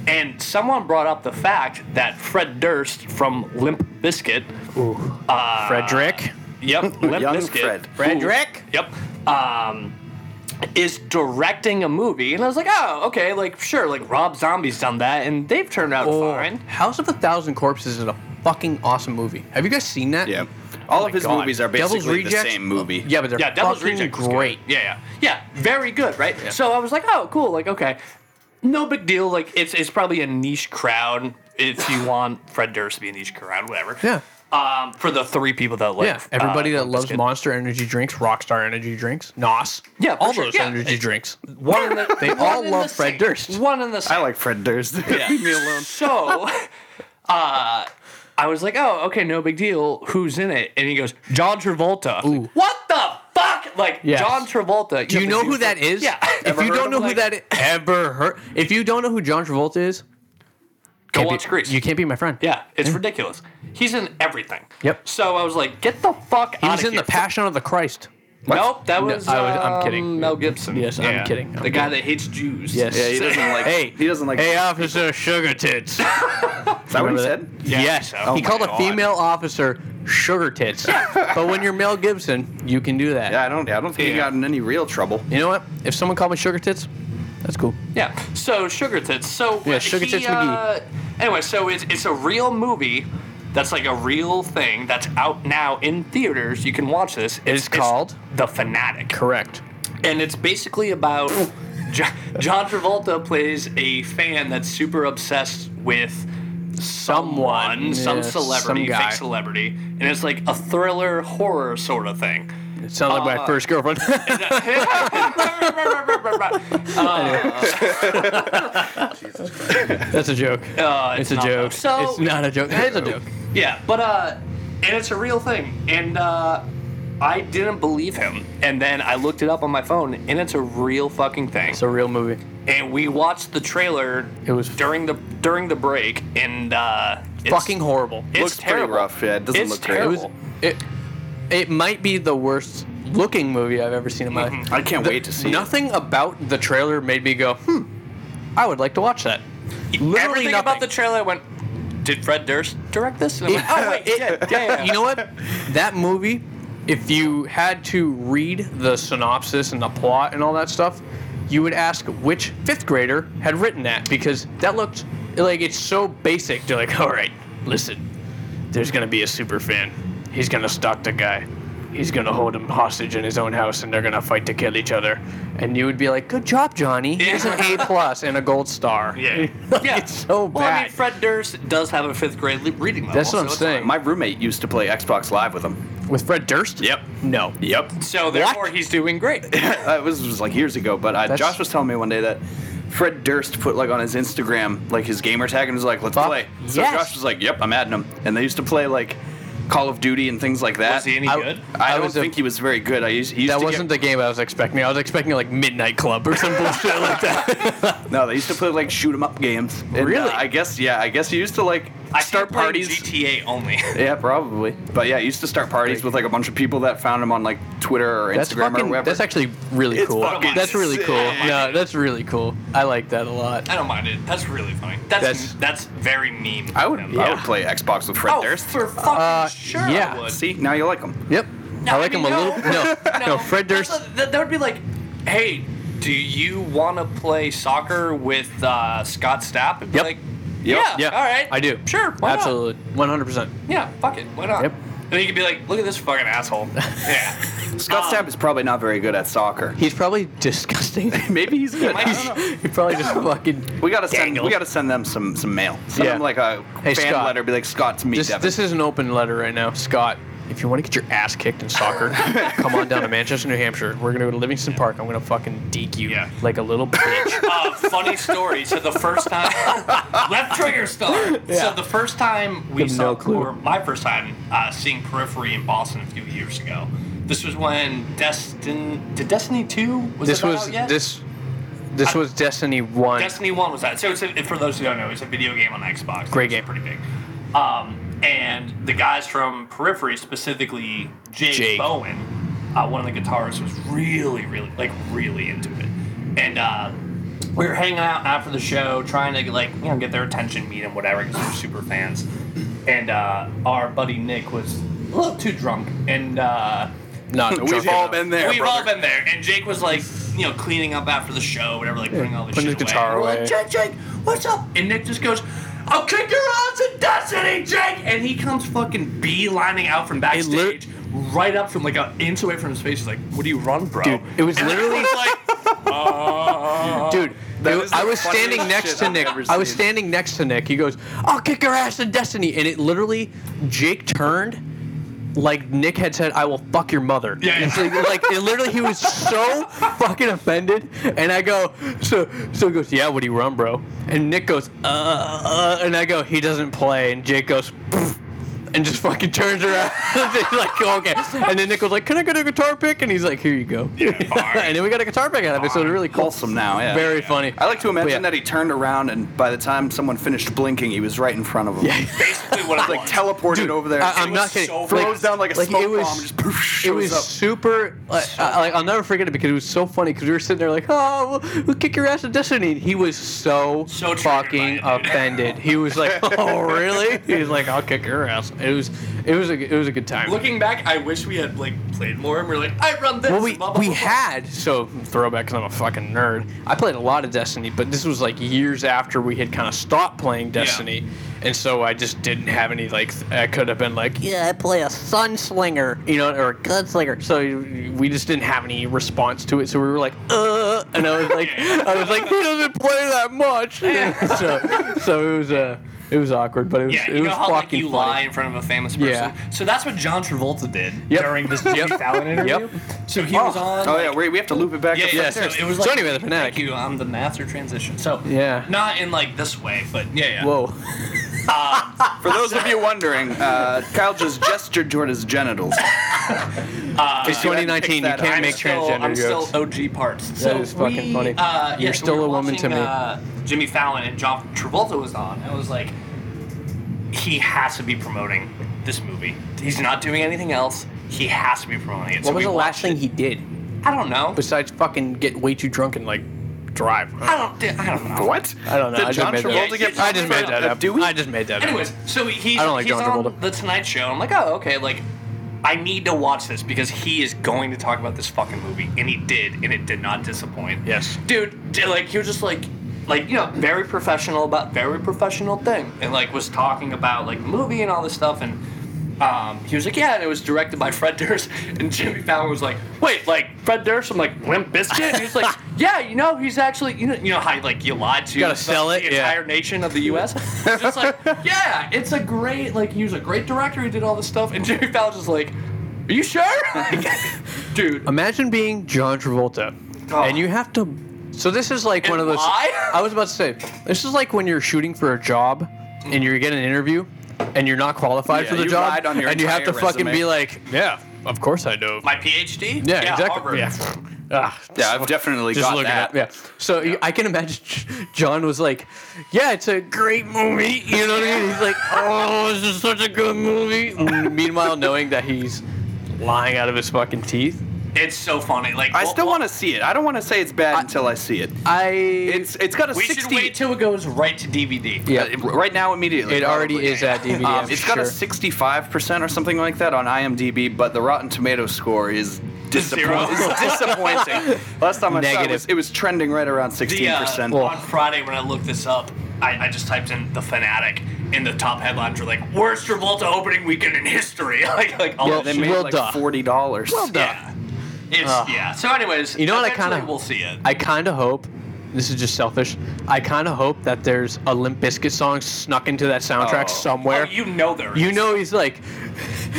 And someone brought up the fact that Fred Durst from Limp Bizkit,
Frederick.
yep,
(laughs)
Limp
Young
Bizkit,
Fred.
Frederick.
Yep. Um, is directing a movie, and I was like, oh, okay, like sure, like Rob Zombie's done that, and they've turned out
Oh,
fine.
House of a Thousand Corpses is a fucking awesome movie. Have you guys seen that?
Yeah. All
Oh
of
my
his
God.
movies are
Devil's
basically the
Rejects?
same movie.
Yeah, but they're
yeah, Devil's
fucking
Rejects was good.
great.
Yeah, yeah, yeah, very good, right? So I was like, oh, cool, like okay, no big deal. Like it's it's probably a niche crowd if you want Fred Durst to be a niche crowd, whatever.
Yeah.
Um, for the three people that like
Yeah, everybody
uh,
that loves
Biscuit.
Monster Energy drinks, Rockstar Energy drinks, Nos,
Yeah, for
all
sure,
those
yeah.
energy drinks.
one in the, (laughs)
They
one
all
in
love
the
Fred
same.
Durst.
One in the same.
I like Fred Durst.
(laughs)
Leave me alone.
So, uh, I was like, oh, okay, no big deal. Who's in it? And he goes, John Travolta.
Ooh.
What the fuck? Like,
Yes.
John Travolta.
Do you
have
know
to see
who
the-
that is?
Yeah.
If you don't know who that is, ever heard? If you don't know who John Travolta is,
go
can't be-
watch Grease.
You can't be my friend.
yeah, it's ridiculous. He's in everything.
Yep.
So I was like, get the fuck
he
out
was
of
in
here.
the Passion of the Christ.
Nope, that
No,
was,
I was- I'm
um,
kidding.
Mel Gibson.
Yes, I'm kidding. I'm
the guy that hates Jews.
Yes.
Yeah, he
(laughs)
doesn't like.
Hey,
he doesn't like.
Hey, Officer Sugar Tits.
is that what he said?
yes,
Oh
he
my
called a
God.
female officer Sugar Tits. but when you're Mel Gibson, you can do that.
Yeah, I don't. I don't think he
Yeah.
got in any real trouble.
You know what? If someone called me Sugar Tits, that's cool.
Yeah. So Sugar Tits. So
Yeah, Sugar Tits
Uh,
McGee.
anyway, so it's it's a real movie. That's like a real thing that's out now in theaters. You can watch this. It's,
called?
The Fanatic,
Correct.
and it's basically about (laughs) Jo- John Travolta plays a fan that's super obsessed with someone,
Someone,
some
yeah, some
celebrity,
guy.
fake celebrity, and it's like a thriller horror sort of
(laughs)
thing. (laughs)
It sounds like my first girlfriend. (laughs) that's a joke. it's, a
not
joke.
though. So-
it's not a joke. It's a joke.
Yeah, but uh, and it's a real thing, and uh, I didn't believe him, and then I looked it up on my phone, and it's a real fucking thing.
It's a real movie.
and we watched the trailer.
It was-
during the during the break, and uh, it's,
Fucking horrible.
It's
Looks pretty
terrible.
rough, yeah, it doesn't
it's
look great.
It
terrible.
was. It. It might be the worst looking movie I've ever seen in my life.
I can't wait to see. it.
Nothing about the trailer made me go, hmm, I would like to watch that. Literally
Everything
nothing.
about the trailer I went. Did Fred Durst direct this? And I'm like, (laughs) oh wait,
(laughs) It-
yeah, yeah,
You know what? That movie, if you had to read the synopsis and the plot and all that stuff, you would ask which fifth grader had written that because that looked like it's so basic. They're like, all right, listen, there's gonna be a super fan. He's gonna stalk the guy. He's gonna hold him hostage in his own house, and they're gonna fight to kill each other. And you would be like, "Good job, Johnny. Here's an A plus and a gold star."
(laughs) yeah. yeah.
(laughs) it's so
Well, I mean,
bad.
Fred Durst does have a fifth grade le- reading level.
That's what I'm
so it's
saying.
My roommate used to play Xbox Live with him.
With Fred Durst?
Yep.
No.
Yep.
fine. So Oh, therefore, he's doing
(laughs)
great.
Uh, it was, it was like years ago, but uh,
That's-
Josh was telling me one day that Fred Durst put like on his Instagram like his gamer tag and was like, "Let's
Fuck
play." So
yes.
Josh was like, "Yep, I'm adding him." And they used to play like Call of Duty and things like that.
Was he any
I-
good?
I,
I
don't
was a-
think he was very good. I used, he used
That
to
wasn't
get,
the game I was expecting. I was expecting like Midnight Club or some bullshit
(laughs)
like that.
no. They used to play like shoot 'em up games. And, uh,
Really?
I guess yeah. I guess he used to like
I
start
start parties
parties.
GTA only. (laughs)
Yeah, probably. But yeah, he used to start parties with like a bunch of people that found him on like Twitter or
That's
Instagram or
fucking.
whatever.
That's actually really
It's
cool.
fucking
That's really
sick.
cool. No, that's really cool. I like that a lot.
I don't mind it. That's really funny. That's
That's-
that's, very mean.
I would, I would
Yeah.
play Xbox with Fred
oh,
Durst.
for fucking
Uh,
sure.
yeah.
I would.
See, now you like him.
Yep.
No,
I like
mean,
him a little. No,
(laughs)
no, Fred
That's
Durst.
a- that, that would be like, hey, do you want to play soccer with uh, Scott Stapp? And be
Yep.
Like,
Yep.
yeah,
Yeah,
All right.
I do.
Sure. Why
Absolutely. One hundred percent.
Not? Yeah. Fuck it. Why not?
Yep.
And you could be like, look at this fucking
(laughs)
asshole. Yeah.
Scott
Um,
Stapp is probably not very good at soccer.
He's probably disgusting. (laughs)
Maybe he's good.
might
I
be.
don't know.
he
(laughs)
probably just
(laughs)
fucking.
We gotta send.
Dangles.
We gotta send them some some mail. Send
Yeah.
them like a
Hey,
fan
Scott.
letter. Be like, Scott's meet
This,
Devin.
this is an open letter right now, Scott. If you want to get your ass kicked in soccer, come on down to Manchester, New Hampshire. We're gonna go to Livingston Park. I'm gonna fucking deke you
Yeah.
like a little bitch.
uh, funny story. So the first time, (laughs) left trigger star. So the first time we
Have
saw,
no clue.
or my first time uh, seeing Periphery in Boston a few years ago. This was when Destin, did Destiny Two was
this
that
was
out yet?
this. This was Destiny One.
Destiny One was that. So it's a, for those who don't know, it's a video game on Xbox.
Great
It's
game.
pretty big. Um, and the guys from Periphery, specifically Jake,
Jake.
Bowen, uh, one of the guitarists, was really, really, like, really into it. And uh, we were hanging out after the show, trying to like, you know, get their attention, meet them, whatever, because they're super fans. And uh, our buddy Nick was a little too drunk, and. Uh,
No,
We've all been there.
We've
brother.
all been there. And Jake was like, you know, cleaning up after the show, whatever, like putting all the
putting
shit
his guitar
away.
away.
We're like, Jake, Jake, what's up? And Nick just goes, I'll kick your ass in Destiny, Jake! And he comes fucking beelining out from
lit-
backstage, right up from like an inch away from his face. He's like, "What do you run, bro?"
Dude, it was
And
literally-
I
(laughs)
was like, "Oh."
Dude,
That
it-
is the
I was
funniest
standing next
shit
to
I've
Nick.
ever
I was
seen.
standing next to Nick. He goes, "I'll kick your ass in Destiny," and it literally, Jake turned, like Nick had said, "I will fuck your mother." Yeah. It's like, like it literally, he was so fucking offended, and I go, so so he goes, "Yeah, what do you run, bro?" And Nick goes, "Uh,", uh and I go, "He doesn't play," and Jake goes. "Pfft," And just fucking turns around, (laughs) He's like okay. And then Nick was like, "Can I get a guitar pick?" And heck, he's like, "Here you go." (laughs) and then we got a guitar pick out of it, so it was really cool.
Wholesome now, yeah.
Very funny.
I like to imagine
yeah.
that he turned around and by the time someone finished blinking, he was right in front of him. Yeah. Basically, what I like teleported over there.
I, am
It
not
was
kidding.
So throws down like a smoke bomb. And just poof,
it
shows
was
up.
super. Like, I, like I'll never forget it because it was so funny. Because we were sitting there like, oh, we'll, we'll kick your ass at Destiny. And he was so,
So triggered by
(laughs)
fucking
it, dude.
offended. He was like, oh really? He was like, I'll kick your ass. It was, it was a, it was a good time.
looking back, I wish we had like played more. And we're like, "I run this."
well, we,
blah, blah,
we
blah, blah."
had so throwback because I'm a fucking nerd. I played a lot of Destiny, but this was like years after we had kind of stopped playing Destiny, and so I just didn't have any like th- I could have been like yeah I play a Sunslinger you know or a Gunslinger. So we just didn't have any response to it, so we were like uh, and I was like I was like he doesn't play that much, (laughs) so so it was uh, it was awkward, but it was
Yeah,
it
you
was
know how
fucking
like you
funny.
lie in front of a famous person.
Yeah.
So that's what John Travolta did
Yep.
during
(laughs)
this Jimmy Fallon interview.
Yep.
So he was on.
Oh
like,
yeah, we, we have to loop it back.
Yeah,
to
yeah.
front
So
stairs.
it was
So
like
anyway, the fanatic.
Thank you. I'm the master transition. So
Yeah.
not in like this way, but yeah, yeah.
Whoa.
For those of you wondering, uh, Kyle just gestured toward his genitals.
It's 2019. You
that up.
can't
I'm
make
still,
transgender
I'm
jokes.
still OG parts. That so
That is fucking
we,
funny.
Uh, yeah,
You're
so
still
we were
a woman to
watching,
me.
Uh, Jimmy Fallon and John Travolta was on. I was like, he has to be promoting this movie. He's not doing anything else. He has to be promoting it.
What was the last thing he did
I don't know.
besides fucking get way too drunk and like drive?
I don't. I don't know.
What?
I don't know.
Did
I just
John
made that
Travolta
up.
get
I just made that
Uh,
up.
Do we?
I just made that
Anyways, so he's,
I don't like
he's
John
on
Travolta.
the Tonight Show. I'm like, oh, okay, like, I need to watch this because he is going to talk about this fucking movie, and he did, and it did not disappoint.
Yes.
dude, d- like he was just like, like you know, very professional about very professional thing, and like was talking about like the movie and all this stuff, and um, he was like, yeah, and it was directed by Fred Durst, (laughs) and Jimmy Fallon was like, wait, like Fred Durst? I'm like, Limp Bizkit? And he was
(laughs)
like, yeah, you know, he's actually, you know, you know how like you lied to
Gotta
the-
sell it,
the
yeah.
entire nation of the
(laughs)
U.S. It's just like, yeah, it's a great, like, he was a great director. He did all this stuff, and Jimmy Fallon's just like, are you sure? (laughs) Like, dude,
Imagine being John Travolta,
Oh.
and you have to. So this is like one
And
of those.
lie?
I was about to say, this is like when you're shooting for a job, and you get an interview, and you're not qualified
Yeah,
for the
you
job,
lied on your
and you have to
entire
fucking
resume.
be like, yeah, of course I know.
my PhD?
Yeah, exactly.
Harvard.
Yeah. Ah,
Yeah, I've definitely
just
got
looking
that.
at yeah. So you- I can imagine (laughs) J- John was like, "Yeah, it's a great movie." You know what I mean? He's like, "Oh, this is such a good movie." Mm, Meanwhile, knowing that he's lying out of his fucking teeth.
It's so funny. Like,
I still want to see it. I don't want to say it's bad until I see it.
I
It's it's got a
We should
60
wait till it goes right to DVD.
yeah.
uh, right now immediately.
it already
probably.
is (laughs) at DVD.
Um,
I'm
it's
sure.
got a 65% or something like that on IMDb, but the Rotten Tomato score is
Zero.
disappointing. is
(laughs)
disappointing. Last time I saw it,
Negative.
was, it was trending right around 16%.
The, uh,
Well-
on Friday when I looked this up, I, I just typed in the fanatic, and the top headlines were like worst Travolta opening weekend in history. (laughs) like, like all
Well,
that
they
shit.
made
well
like
duh.
$40. Well
Yeah. It's yeah. So, anyways,
You know what I
eventually
kinda-
we'll see it.
I kind of hope. This is just selfish. I kind of hope that there's a Limp Bizkit song snuck into that soundtrack
Oh.
somewhere.
Oh, you know there.
you
is.
know he's like,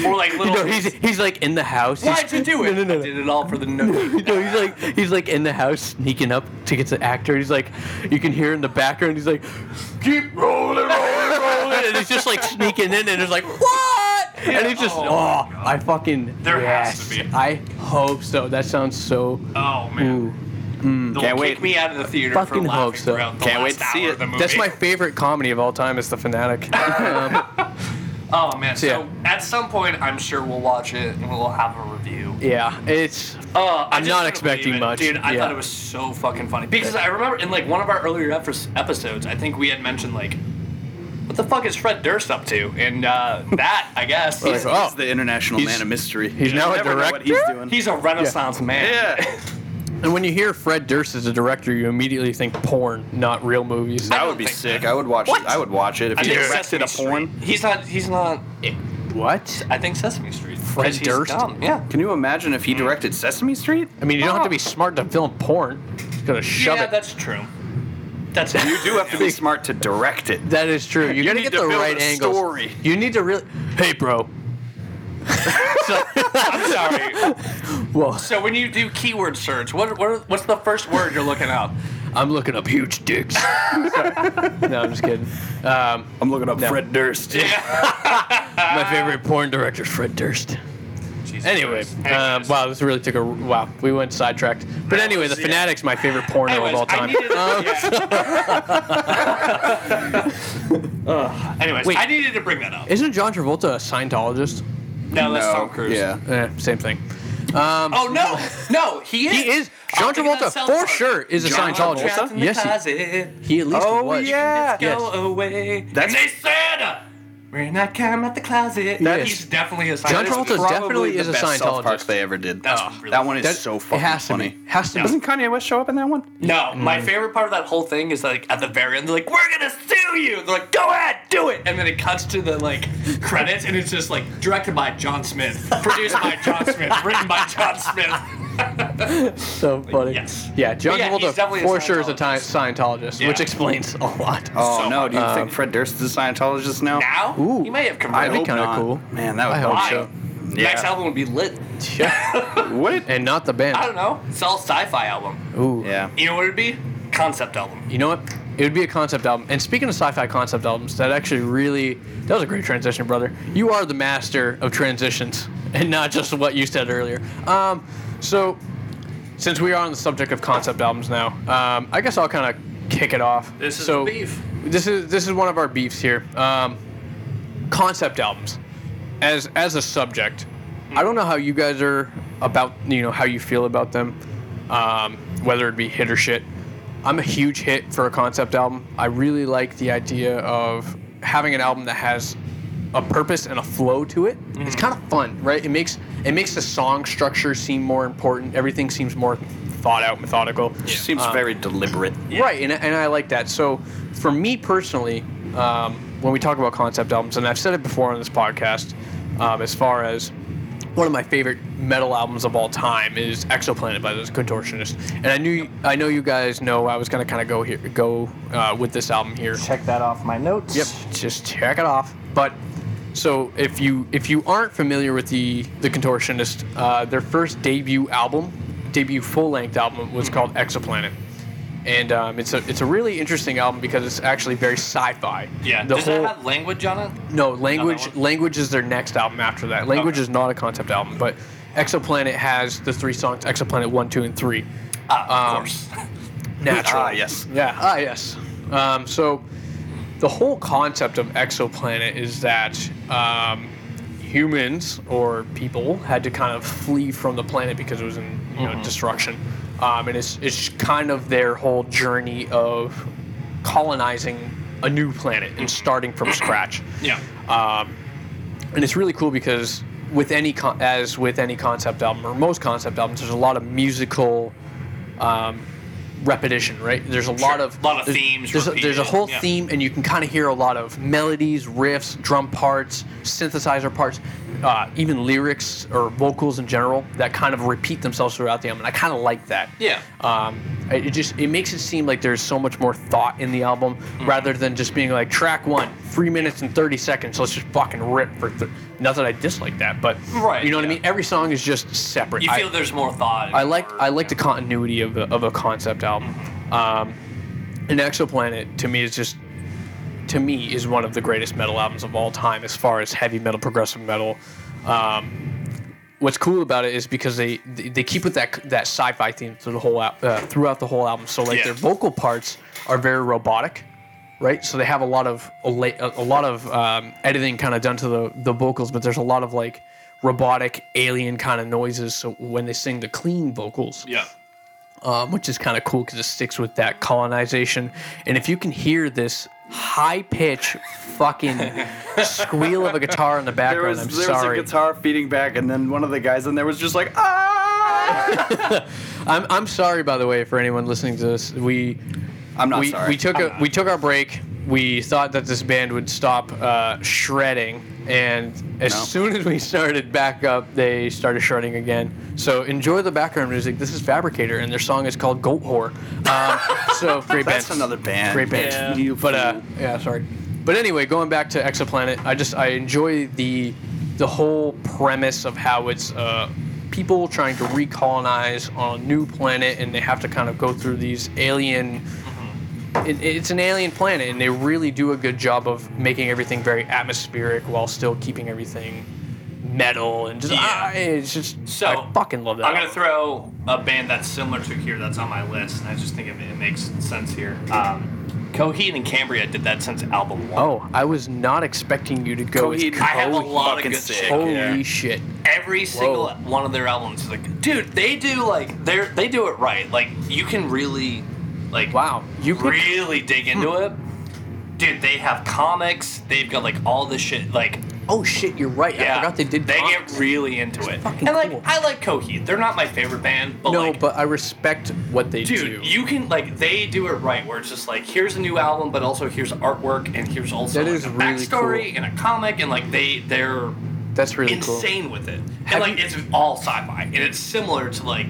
or like
(laughs) you
little.
know he's he's like in the house. He's-
Why'd you do it?
(laughs) No, no, no,
I
no.
did it all for the no.
(laughs) No, he's like he's like in the house sneaking up to get the actor. He's like you can hear in the background. He's like keep rolling, rolling, rolling, and he's just like sneaking in, and it's like what? and he's just
oh
oh,
my
I fucking
There has
yes.
to be.
I hope so. That sounds so.
Oh man,
ooh.
They'll
Can't
kick
wait.
me out of the theater
Fucking
for
hope
laughing
so.
throughout the
Can't
last
wait to see
hour
it.
of the movie.
That's my favorite comedy of all time. Is
(laughs)
the fanatic. um,
Oh man, so
Yeah.
at some point I'm sure we'll watch it and we'll have a review.
yeah, it's
Uh, I
I'm
just
not
couldn't
expecting
believe it.
much.
Dude, I
Yeah.
thought it was so fucking funny. Because I remember in like one of our earlier epis- episodes, I think we had mentioned like, what the fuck is Fred Durst up to? And
(laughs)
uh, that, I guess.
(laughs) He's,
he's,
oh.
he's the international
He's-
man of mystery.
he's now
You
a
never know what
director?
he's doing.
he's a renaissance man.
yeah.
And when you hear Fred Durst as a director, you immediately think porn, not real movies.
That
don't
would be
think
sick. I would watch. I would watch it if
I
he
think
directed
Sesame
a porn.
Street. He's not. He's not.
what?
I think Sesame Street.
Fred
'Cause he's
Durst?
dumb, Yeah.
Can you imagine
Hmm.
if he directed Sesame Street?
I mean, you don't have to be smart to film porn. Just gotta shove
yeah,
it.
that's true. That's
(laughs)
You do have to be smart to direct it.
That is true. You, gotta
need
get
to
the
build
right
a
angle.
story.
You need to really. Hey, bro.
I'm sorry.
Well,
So when you do keyword search, what, what are- what's the first word you're looking up?
I'm looking up huge (laughs) dicks. no, I'm just kidding. Um,
I'm looking up Fred Durst.
my favorite porn director, Fred Durst. Anyway, uh, wow, this really took a wow. We went sidetracked. But anyway, the Fanatic's my favorite porno
Anyways,
of all
I
time.
needed, yeah. Anyways,
Uh, Wait.
I needed to bring that up.
Isn't John Travolta a Scientologist?
Now that's
No,
Tom Cruise.
yeah.
Eh, same thing.
Oh no, no, he is.
He is John
I'm thinking
Travolta
that's South
for
Park.
sure is a
John
Scientologist.
Travolta?
Trapped in the
Yes, he,
closet.
he at least
Oh,
was.
yeah.
Go away.
That's-
and they said uh, when I come out the closet.
That
he's
is-
definitely a
John
scientist.
Travolta
Probably
definitely
the
is a
best South Park
Scientologist.
they ever did.
Oh, really?
That one is
That-
so
it
fucking
has to
funny.
be. Has to be.
Doesn't Kanye West show up in that one?
Mm.
No, my favorite part of that whole thing is like at the very end, they're like, "We're gonna sue you." They're like, "Go ahead, do it," and then it cuts to the like credits, and it's just like directed by John Smith, produced by John Smith, written by John Smith.
So funny.
yes.
Yeah, John
But yeah, he's
Travolta
definitely a
for sure is a ti-
Scientologist.
Scientologist,
Yeah.
which explains a lot.
Oh
So
no! Do you
much.
think Fred Durst is a Scientologist now?
Now
Ooh.
he may have come.
I
That'd be
hope
kinda
not.
cool.
Man, that would
I hope
be-
Why?
so.
Next
Yeah.
album would be lit.
(laughs) Yeah.
Would it?
and not the band.
I don't know. It's all sci-fi album.
Ooh.
Yeah.
You know what it'd be? Concept album.
You know what? It would be a concept album. And speaking of sci-fi concept albums, that actually really that was a great transition, brother. You are the master of transitions, and not just what you said earlier. Um, so since we are on the subject of concept albums now, um, I guess I'll kind of kick it off.
This is
so,
the beef.
This is this is one of our beefs here. Um, concept albums, as as a subject, I don't know how you guys are about you know how you feel about them, um, whether it be hit or shit. I'm a huge hit for a concept album. I really like the idea of having an album that has a purpose and a flow to it. It's kind of fun, right? It makes it makes the song structure seem more important. Everything seems more thought out, methodical.
Seems very deliberate.
Right, and, and I like that. So for me personally, um, when we talk about concept albums, and I've said it before on this podcast, um, as far as one of my favorite metal albums of all time is Exoplanet by the Contortionist, and I knew I know you guys know I was gonna kind of go here go uh, with this album here.
Check that off my notes.
Yep, just check it off. But so if you if you aren't familiar with the the Contortionist, uh, their first debut album, debut full length album was called Exoplanet, and um, it's a it's a really interesting album because it's actually very sci-fi.
Yeah.
the
Does
whole
that have language on it?
no language
one?
language is their next album after that. Language is not a concept album, but Exoplanet has the three songs Exoplanet one, two, and three.
Ah, of
Um,
course.
Natural.
Ah, yes.
Yeah. Ah, yes. Um, so the whole concept of exoplanet is that um, humans or people had to kind of flee from the planet because it was in you know, destruction, um, and it's it's kind of their whole journey of colonizing a new planet and starting from scratch
Yeah.
and it's really cool because with any con- as with any concept album or most concept albums, there's a lot of musical um, repetition, right? There's a lot
Sure.
of
Lot of
there's-
themes
There's a, there's a
repeated,
whole
yeah.
theme, and you can kind of hear a lot of melodies, riffs, drum parts, synthesizer parts, uh, even lyrics or vocals in general that kind of repeat themselves throughout the album. And I kind of like that.
Yeah.
Um, it it just it makes it seem like there's so much more thought in the album
Mm-hmm.
rather than just being like track one, three minutes and thirty seconds. Let's just fucking rip for. Th-. Not that I dislike that, but
Right,
you know what
yeah.
I mean. Every song is just separate.
You
I-
feel there's more thought. and
I like
more-
I like the continuity of a, of a concept album. Um, an exoplanet to me is just to me is one of the greatest metal albums of all time as far as heavy metal, progressive metal. Um, what's cool about it is because they they, they keep with that that sci-fi theme through the whole al- uh, throughout the whole album. So like
Yeah.
their vocal parts are very robotic. Right, so they have a lot of a, la- a lot of um, editing kind of done to the the vocals, but there's a lot of like robotic alien kind of noises. So when they sing the clean vocals,
Yeah.
um, which is kind of cool because it sticks with that colonization. And if you can hear this high pitch fucking
(laughs)
squeal of a guitar in the
There
background,
was
I'm
there was
sorry. (laughs)
a guitar feeding back, and then one of the guys in there was just like, ah.
I'm, I'm sorry, by the way, for anyone listening to this. We
I'm not
we,
sorry.
we took a, we took our break. We thought that this band would stop uh, shredding, and as
No.
soon as we started back up, they started shredding again. So enjoy the background music. This is Fabricator, and their song is called Goat Whore. Um,
(laughs)
so great band.
That's another band.
Great band.
Yeah. You
But uh,
fool.
yeah, sorry. But anyway, going back to Exoplanet, I just I enjoy the the whole premise of how it's uh, people trying to recolonize on a new planet, and they have to kind of go through these alien. It, it's an alien planet, and they really do a good job of making everything very atmospheric while still keeping everything metal and just ah, it's just
So
I fucking love that.
I'm gonna
album.
throw a band that's similar to here that's on my list, and I just think it, it makes sense here. Um, Coheed and Cambria did that since album one.
oh, I was not expecting you to go. with
Coheed.
I have a
Coheed.
lot of
fucking
good
sick.
shit.
Holy
Yeah.
shit!
every single one of their albums is like dude they do like they are they do it right like you can really like
Wow, you Hmm. picked-
really dig into it dude they have comics they've got like all this shit like
Oh shit, you're right.
yeah
I forgot they did.
they
comics.
get really into it
fucking
and like
cool.
i like coheed they're not my favorite band but
no,
like
but I respect what they
Dude,
do.
you can like they do it right, where it's just like here's a new album, but also here's artwork and here's also
That
like,
is
a
really
backstory and a comic, and like they they're
That's really cool.
insane with it. And
Have
like
you-
it's all sci-fi, and it's similar to like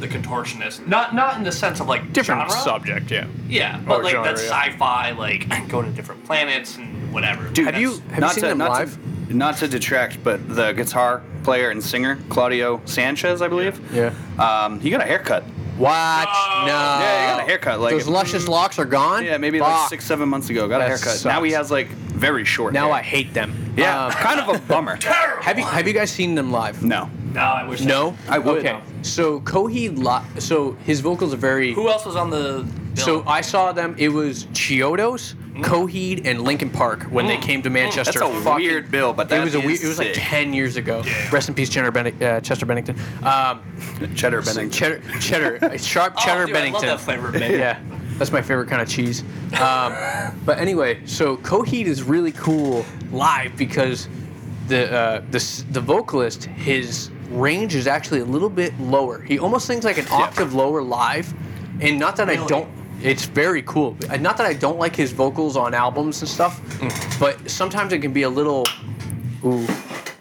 the contortionist. Not not in the sense of like
Different
genre.
subject, yeah.
Yeah, but
or
like
genre,
that
yeah.
sci-fi, like (clears throat) going to different planets and whatever.
Dude, have
That's-
you have you seen them
not
live?
To, not to detract, but the guitar player and singer Claudio Sanchez, I believe.
Yeah.
Uh,
Um, he got a haircut.
What? No.
Yeah, he got a haircut. Like mm.
Those luscious locks are gone.
yeah, maybe
Fuck.
like six, seven months ago. Got a
That
haircut.
sucks.
Now he has like very short.
Now
hair.
I hate them.
Yeah,
Um,
kind
(laughs)
of a bummer.
have you have you guys seen them live?
no.
no, I wish.
No.
I would.
Okay. So Coheed, li- so his vocals are very.
Who else was on the? bill?
So I saw them. It was Chiodos, Coheed, and Linkin Park when they came to Manchester.
Mm. That's a
Fucking-
weird bill, but that
it was a
is
weird. It was like
sick.
ten years ago. Rest in peace, Jenner Bene- uh, Chester Bennington. Um,
Cheddar Bennington.
cheddar,
(laughs)
cheddar, uh, sharp
Oh,
cheddar
dude,
Bennington.
I love that flavor of Bennington.
(laughs) Yeah, that's my favorite kind of cheese. Um, but anyway, so Coheed is really cool live because the uh, the s- the vocalist his range is actually a little bit lower. He almost sings like an octave lower live, and not that I
Really?
don't. It's very cool. And Not that I don't like his vocals on albums and stuff, but sometimes it can be a little. Ooh.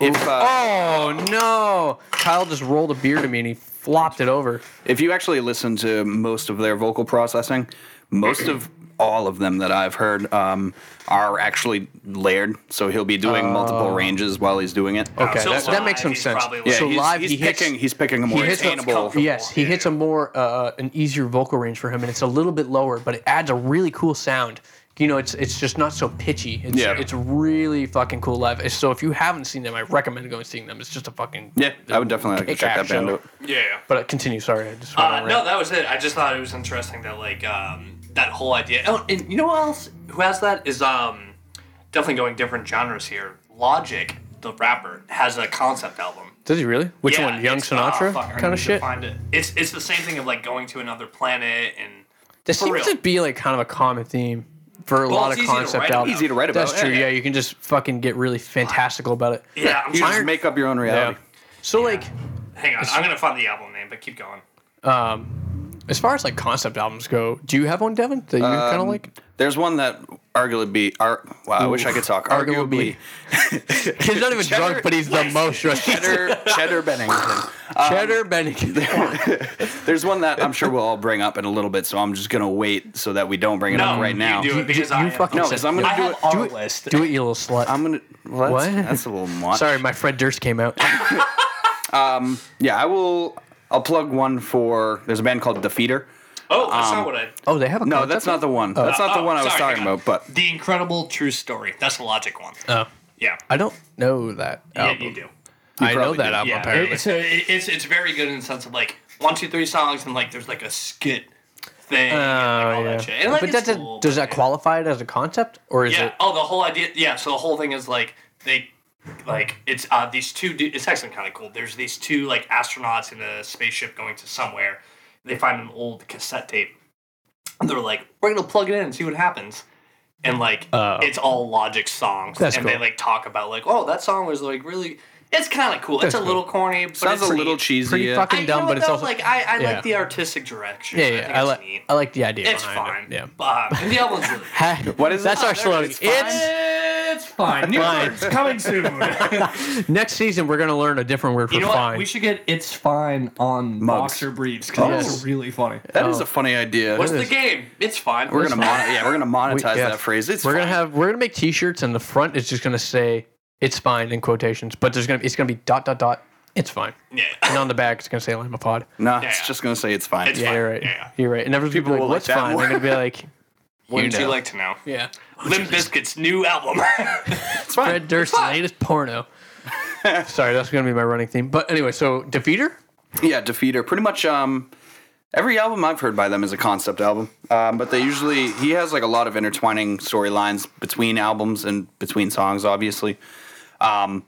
If, uh,
Oh no! Kyle just rolled a beer to me and he flopped it over.
if you actually listen to most of their vocal processing, most of all of them that I've heard um, are actually layered. So he'll be doing multiple ranges while he's doing it.
Oh. Okay,
So
that, that makes some
live, he's
sense.
probably like-
Yeah,
so
he's,
live,
he's
he hits.
picking. he's picking a more
hits what's
attainable.
comfortable.
yes, he hits a more uh, an easier vocal range for him, and it's a little bit lower, but it adds a really cool sound. You know, it's it's just not so pitchy. It's,
Yeah.
it's really fucking cool live. So if you haven't seen them, I recommend going and seeing them. It's just a fucking
Yeah, I would definitely like to check
kick-ass
that band
show.
out.
yeah.
But uh, continue. Sorry, I just went
Uh,
on a
no,
rant.
that was it. I just thought it was interesting that like um, that whole idea. Oh, and you know what else? Who has that is um, definitely going different genres here. Logic, the rapper, has a concept album.
Does he really? Which
Yeah,
one? Young
it's- ah,
Sinatra
fuck, I
kind
need
of
to
shit.
Find it. It's it's the same thing of like going to another planet and
This
For
seems
real.
to be like kind of a common theme for a
Well,
lot
it's
of
easy to
concept
write about.
albums.
Easy to write about.
That's true. Yeah. you can just fucking get really fantastical about it.
yeah. I'm
You
trying-
just make up your own reality.
(laughs) So like,
hang on, I'm gonna find the album name, but keep going.
as far as like concept albums go, do you have one, Devin, that you kind
Um,
of like?
There's one that arguably, ar- wow, I wish I could talk.
Arguably.
Arguably,
He's not even
Cheddar-
drunk, but he's the most drunk.
(laughs)
Cheddar,
(laughs)
Cheddar Bennington.
Cheddar
(laughs)
Bennington.
There's one that I'm sure we'll all bring up in a little bit, so I'm just gonna wait so that we don't bring it up
No,
right
you
now.
do it because I
you
am-
fucking
No,
said-
'cause I'm gonna
I
do
have
it.
our
do it.
list.
Do it, you little slut.
I'm gonna. Well, that's,
What?
That's a little much.
Sorry, my Fred Durst came
(laughs)
out.
Yeah, I will. I'll plug one for. There's a band called Defeater.
Oh, that's not what I.
Oh, they have a
No,
concept
that's not the one. um, That's not the
oh,
one I was
sorry,
talking
hang on.
about. But
The Incredible True Story. That's the Logic one.
album?
yeah.
I don't know that album.
Yeah, you do.
I know
probably
that
do.
album
Yeah,
apparently. Uh,
it- so it- it's it's very good in the sense of like one, two, three songs, and like there's like a skit thing,
Oh,
and, like, all
yeah.
that shit. And, like,
but
it's
that's a-
cool,
does
but-
that qualify it as a concept, or is
Yeah.
it?
Oh, the whole idea. Yeah. So the whole thing is like they, like it's uh these two. Du- it's actually kind of cool. There's these two like astronauts in a spaceship going to somewhere. They find an old cassette tape. And they're like, we're gonna plug it in and see what happens. And like,
Oh.
it's all Logic songs,
That's
and
cool.
they like talk about like, oh, that song was like really. It's kind of cool. It's a
cool.
little corny, but
Sounds
it's
a little
neat.
cheesy.
pretty
yeah.
fucking
I, you
dumb,
know
but
what,
it's
though?
also
like I, I
yeah.
like the artistic direction.
yeah,
I think
yeah. I,
it's
like
neat.
I like the idea.
It's
behind
fine.
it. Yeah.
but (laughs) and the other one's really.
(laughs)
What is
that's
it?
our slogan? It's,
It's fine. New
Fine.
word's coming
(laughs)
soon.
next season. We're gonna learn a different word for
you know
fine.
what? We should get it's fine on
Mugs.
boxer briefs because that's really funny.
That is a funny idea.
What's the game? It's fine.
We're gonna mon- yeah, we're gonna monetize
yeah.
that phrase. It's
we're gonna
fine.
have we're gonna make T-shirts, and the front is just gonna say "It's fine" in quotations, but there's gonna it's gonna be dot dot dot. It's fine,
Yeah.
and on the back it's gonna say "Lima Pod."
Nah,
yeah.
it's just gonna say it's fine.
It's
Yeah,
fine.
you're right.
Yeah.
You're right. And everyone's
People
gonna be
will
like,
like
"What's
that
fine?"
more.
They're gonna be like,
Wouldn't you
know.
like to know?
"Yeah."
Limp Biscuit's new album.
It's fine.
Fred Durst's
(laughs)
latest porno. Sorry, that's gonna be my running theme. But anyway, so Defeater.
Yeah, Defeater. Pretty much um every album I've heard by them is a concept album. Um, but they usually he has like a lot of intertwining storylines between albums and between songs, obviously. Um,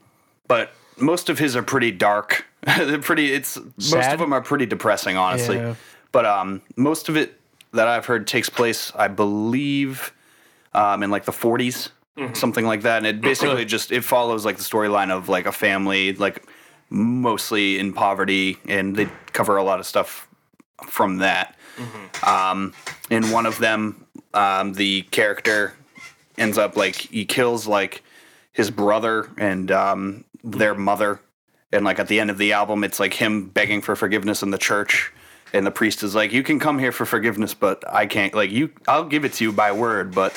but most of his are pretty dark. (laughs) They're pretty it's most
Sad?
of them are pretty depressing, honestly.
Yeah.
But um most of it that I've heard takes place, I believe, um, in like the 40s, something like that. And it basically just it follows like the storyline of like a family, like mostly in poverty, and they cover a lot of stuff from that. Um, in one of them, um, the character ends up like he kills like his brother and um, their mother. And like at the end of the album, it's like him begging for forgiveness in the church. And the priest is like, "You can come here for forgiveness, but I can't. Like, you, I'll give it to you by word, but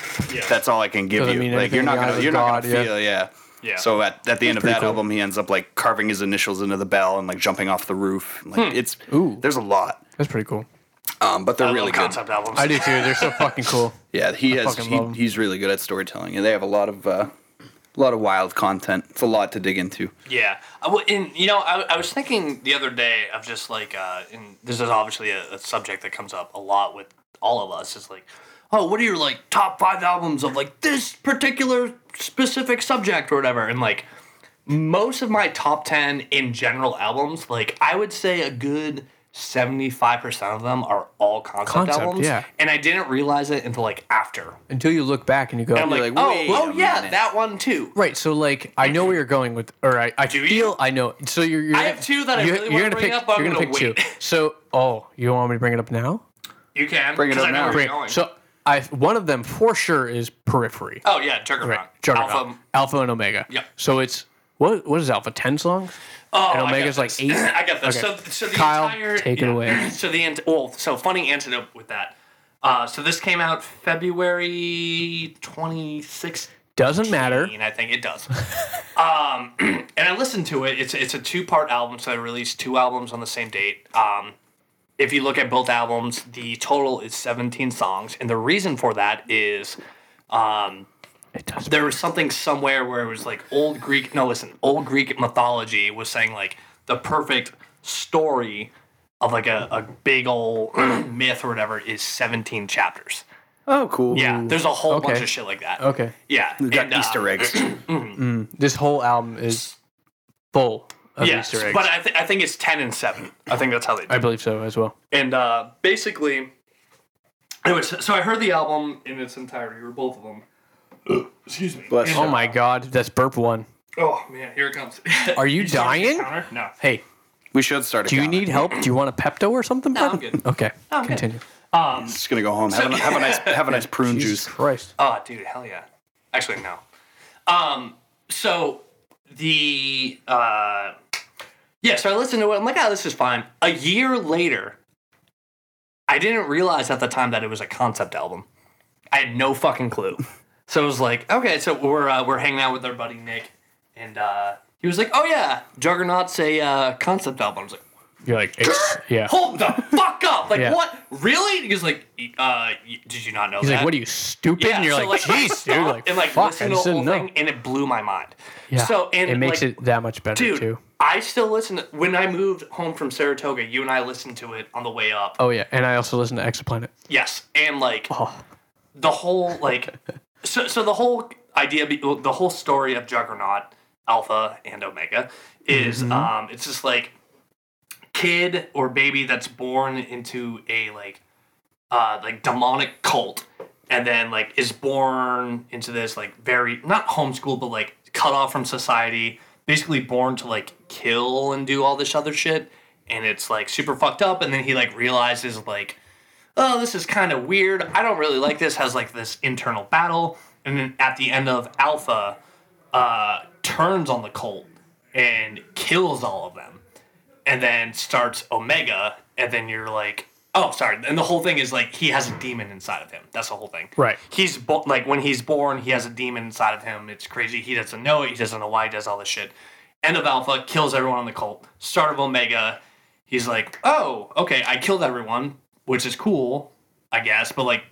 that's all I can give
Doesn't
you.
mean
like, you're
anything
not
in the
gonna,
eyes of
you're not
God, yeah.
gonna feel, yeah.
Yeah.
So at, at the end of
pretty
that
cool.
album, he ends up like carving his initials into the bell and like jumping off the roof. Like, it's
Ooh.
there's a lot,
That's pretty cool.
um, but they're
Hmm. (laughs) I
really
love
good.
concept albums.
I do too. They're so fucking cool.
Yeah, he has.
fucking
He,
love 'em.
he's really good at storytelling, and they have a lot of uh, a lot of wild content. It's a lot to dig into.
Yeah, I w- and you know, I, I was thinking the other day of just like, uh, and this is obviously a, a subject that comes up a lot with all of us. Is like, oh, what are your like top five albums of like this particular specific subject or whatever? And like, most of my top ten in general albums, like I would say a good. 75% of them are all concept,
Concept,
albums
yeah.
and i didn't realize it until like after
Until you look back and you go,
and i'm
You're
like,
like,
oh,
wait
oh
a
yeah
minute.
that one too
Right, so like I know where you're going with, or I, I
Do
feel
you?
I know. So you're, you're
I have two that I
you're-
really
you're
wanna
gonna
bring
pick,
up, but I'm
you're
gonna
pick
wait.
two. So oh, you want me to bring it up now?
you can
Bring it
'cause
up
I know
now.
where
Bring
you're going.
So I one of them for sure is Periphery.
Oh yeah, Juggernaut.
right, Juggernaut,
Alpha.
Alpha, and Omega.
Yeah.
So it's what what is Alpha? Ten songs?
Oh,
and
I got
Omega's like
this. (laughs)
eight.
I got this.
Okay.
So, so the
Kyle,
entire
take it
(laughs)
away.
So the ant- well, so funny antidote with that. Uh, so this came out February 26th.
Doesn't matter.
I think it does. (laughs) um, (clears throat) and I listened to it. It's it's a two part album, so they released two albums on the same date. Um, if you look at both albums, the total is 17 songs, and the reason for that is. Um,
It does.
there was something somewhere where it was like old Greek. No, listen, old Greek mythology was saying like the perfect story of like a, a big old (clears throat) myth or whatever is 17 chapters.
Oh, cool.
Yeah, there's a whole bunch
Okay.
of shit like that.
Okay.
Yeah,
We've got
and, uh,
Easter
(clears throat)
eggs.
This whole album is full of
Yes,
Easter eggs.
but I, th- I think it's 10 and 7. I think that's how they do it.
I believe so as well.
And uh, basically, anyway, so, so I heard the album in its entirety, or both of them. Excuse me.
Bless
Oh my god, that's burp one.
Oh man, here it comes.
Are you
starting the
dying?
counter?
(laughs)
No.
Hey,
We should start. A
do you
counter.
need help? Do you want a Pepto or something?
No, I'm
bud?
good.
Okay.
I'm good.
continue.
Just gonna go home. Have, a, have a nice have
(laughs)
a nice prune
Jesus
juice.
Christ.
Oh, dude, hell yeah. Actually, no. Um, so the uh, yeah, so I listened to it. I'm like, oh, this is fine. A year later, I didn't realize at the time that it was a concept album. I had no fucking clue. So it was like, okay, so we're uh, we're hanging out with our buddy Nick, and uh, he was like, oh yeah, Juggernaut's a uh, concept album. I was like,
You're like,
(laughs)
it's, yeah.
hold the fuck up, like
Yeah.
what? Really? He was like, "Y- uh, y- did you not know
He's
that?
like, what are you stupid? and you're
so,
like,
I (laughs)
jeez, dude,
stopped
like,
and like
fuck, I
listened to
just
the whole
didn't know.
thing, and it blew my mind.
yeah.
So and
it makes
like,
it that much better
dude,
too.
I still listen to when I moved home from Saratoga. You and I listened to it on the way up.
Oh yeah, and I also listen to Exoplanet.
Yes, and like
Oh.
the whole like, (laughs) so so the whole idea, be- well, the whole story of Juggernaut, Alpha and Omega, is um, it's just like kid or baby that's born into a like uh, like demonic cult and then like is born into this like very not homeschool but like cut off from society basically born to like kill and do all this other shit, and it's like super fucked up. And then he like realizes like, oh, this is kind of weird. I don't really like this. Has like this internal battle, and then at the end of Alpha, uh, turns on the cult and kills all of them and then starts Omega, and then you're like, oh, sorry. And the whole thing is like he has a demon inside of him. That's the whole thing.
Right.
He's bo- like when he's born, he has a demon inside of him. It's crazy. He doesn't know it. He doesn't know why he does all this shit. End of Alpha kills everyone on the cult. Start of Omega, he's like, oh, okay, I killed everyone, which is cool, I guess. But like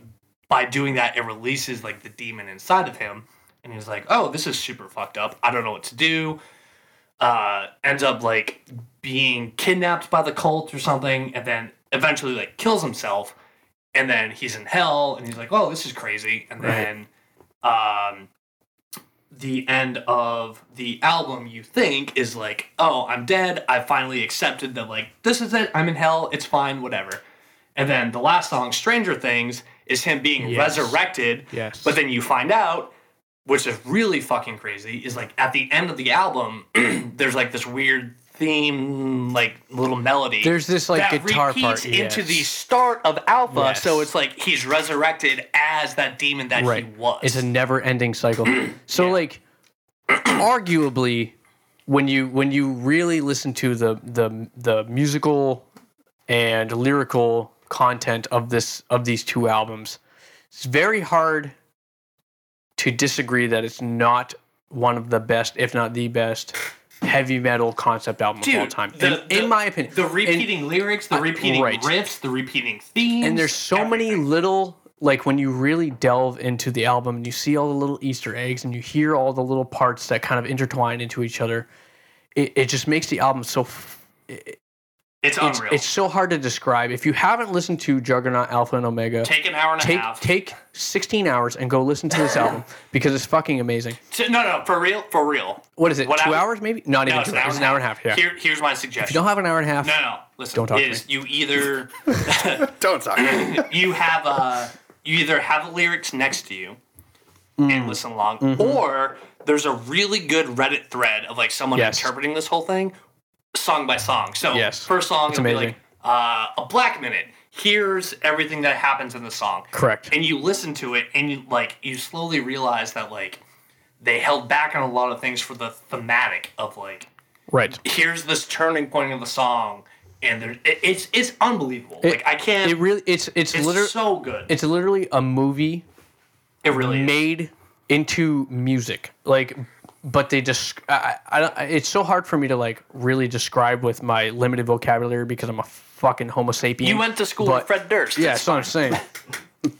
by doing that, it releases like the demon inside of him. And he's like, oh, this is super fucked up. I don't know what to do uh, ends up like being kidnapped by the cult or something, and then eventually like kills himself, and then he's in hell, and he's like, "Oh, this is crazy," and then um, the end of the album you think is like, "Oh, I'm dead. I finally accepted that. Like, this is it. I'm in hell. It's fine. Whatever." And then the last song, "Stranger Things," is him being
Yes.
resurrected.
Yes.
But then you find out which is really fucking crazy, is like at the end of the album, (clears throat) there's like this weird theme, like little melody.
There's this, like,
that
guitar
repeats
part,
into the
yes.
start of Alpha,
Yes.
so it's like he's resurrected as that demon that
right
he was.
it's a never ending cycle
(clears throat)
so like arguably when you when you really listen to the the the musical and lyrical content of this of these two albums it's very hard to disagree that it's not one of the best if not the best heavy metal concept album of all
Dude,
time
the-
in, in
the-
my opinion
the
And-
repeating lyrics, the
I-
repeating
right.
riffs, the repeating themes,
and there's so many little like when you really delve into the album and you see all the little easter eggs and you hear all the little parts that kind of intertwine into each other it, it just makes the album so f-
It's
it's,
unreal.
it's so hard to describe if you haven't listened to juggernaut alpha and omega
take an hour and a
take,
half.
take 16 hours and go
(laughs)
listen to this album because it's fucking amazing
T- no, no, for real, for real.
what is it
What
two
I was-
hours maybe not
No,
even
it's
two
an hour,
hours it's an hour and a half yeah
Here, here's my
if you
suggestion.
don't have an hour and a half
No, no, listen.
Don't talk to
is you either
Don't talk.
you have a you either have the lyrics next to you
Mm.
and listen along,
Mm-hmm.
or there's a really good Reddit thread of like someone
Yes.
interpreting this whole thing song by song. So
Yes.
first song
It's
it'll be
amazing.
like uh, a black minute. Here's everything that happens in the song.
Correct.
And you listen to it and you like you slowly realize that like they held back on a lot of things for the thematic of like
right
here's this turning point of the song and there it, it's it's unbelievable. like I can't
it really it's it's,
it's
literally
so good.
it's literally a movie
it really is.
made into music like but they just I, I, I- it's so hard for me to like really describe with my limited vocabulary because i'm a fucking homo sapien
You went to school with
but-
Fred Durst.
(laughs) yeah that's what i'm saying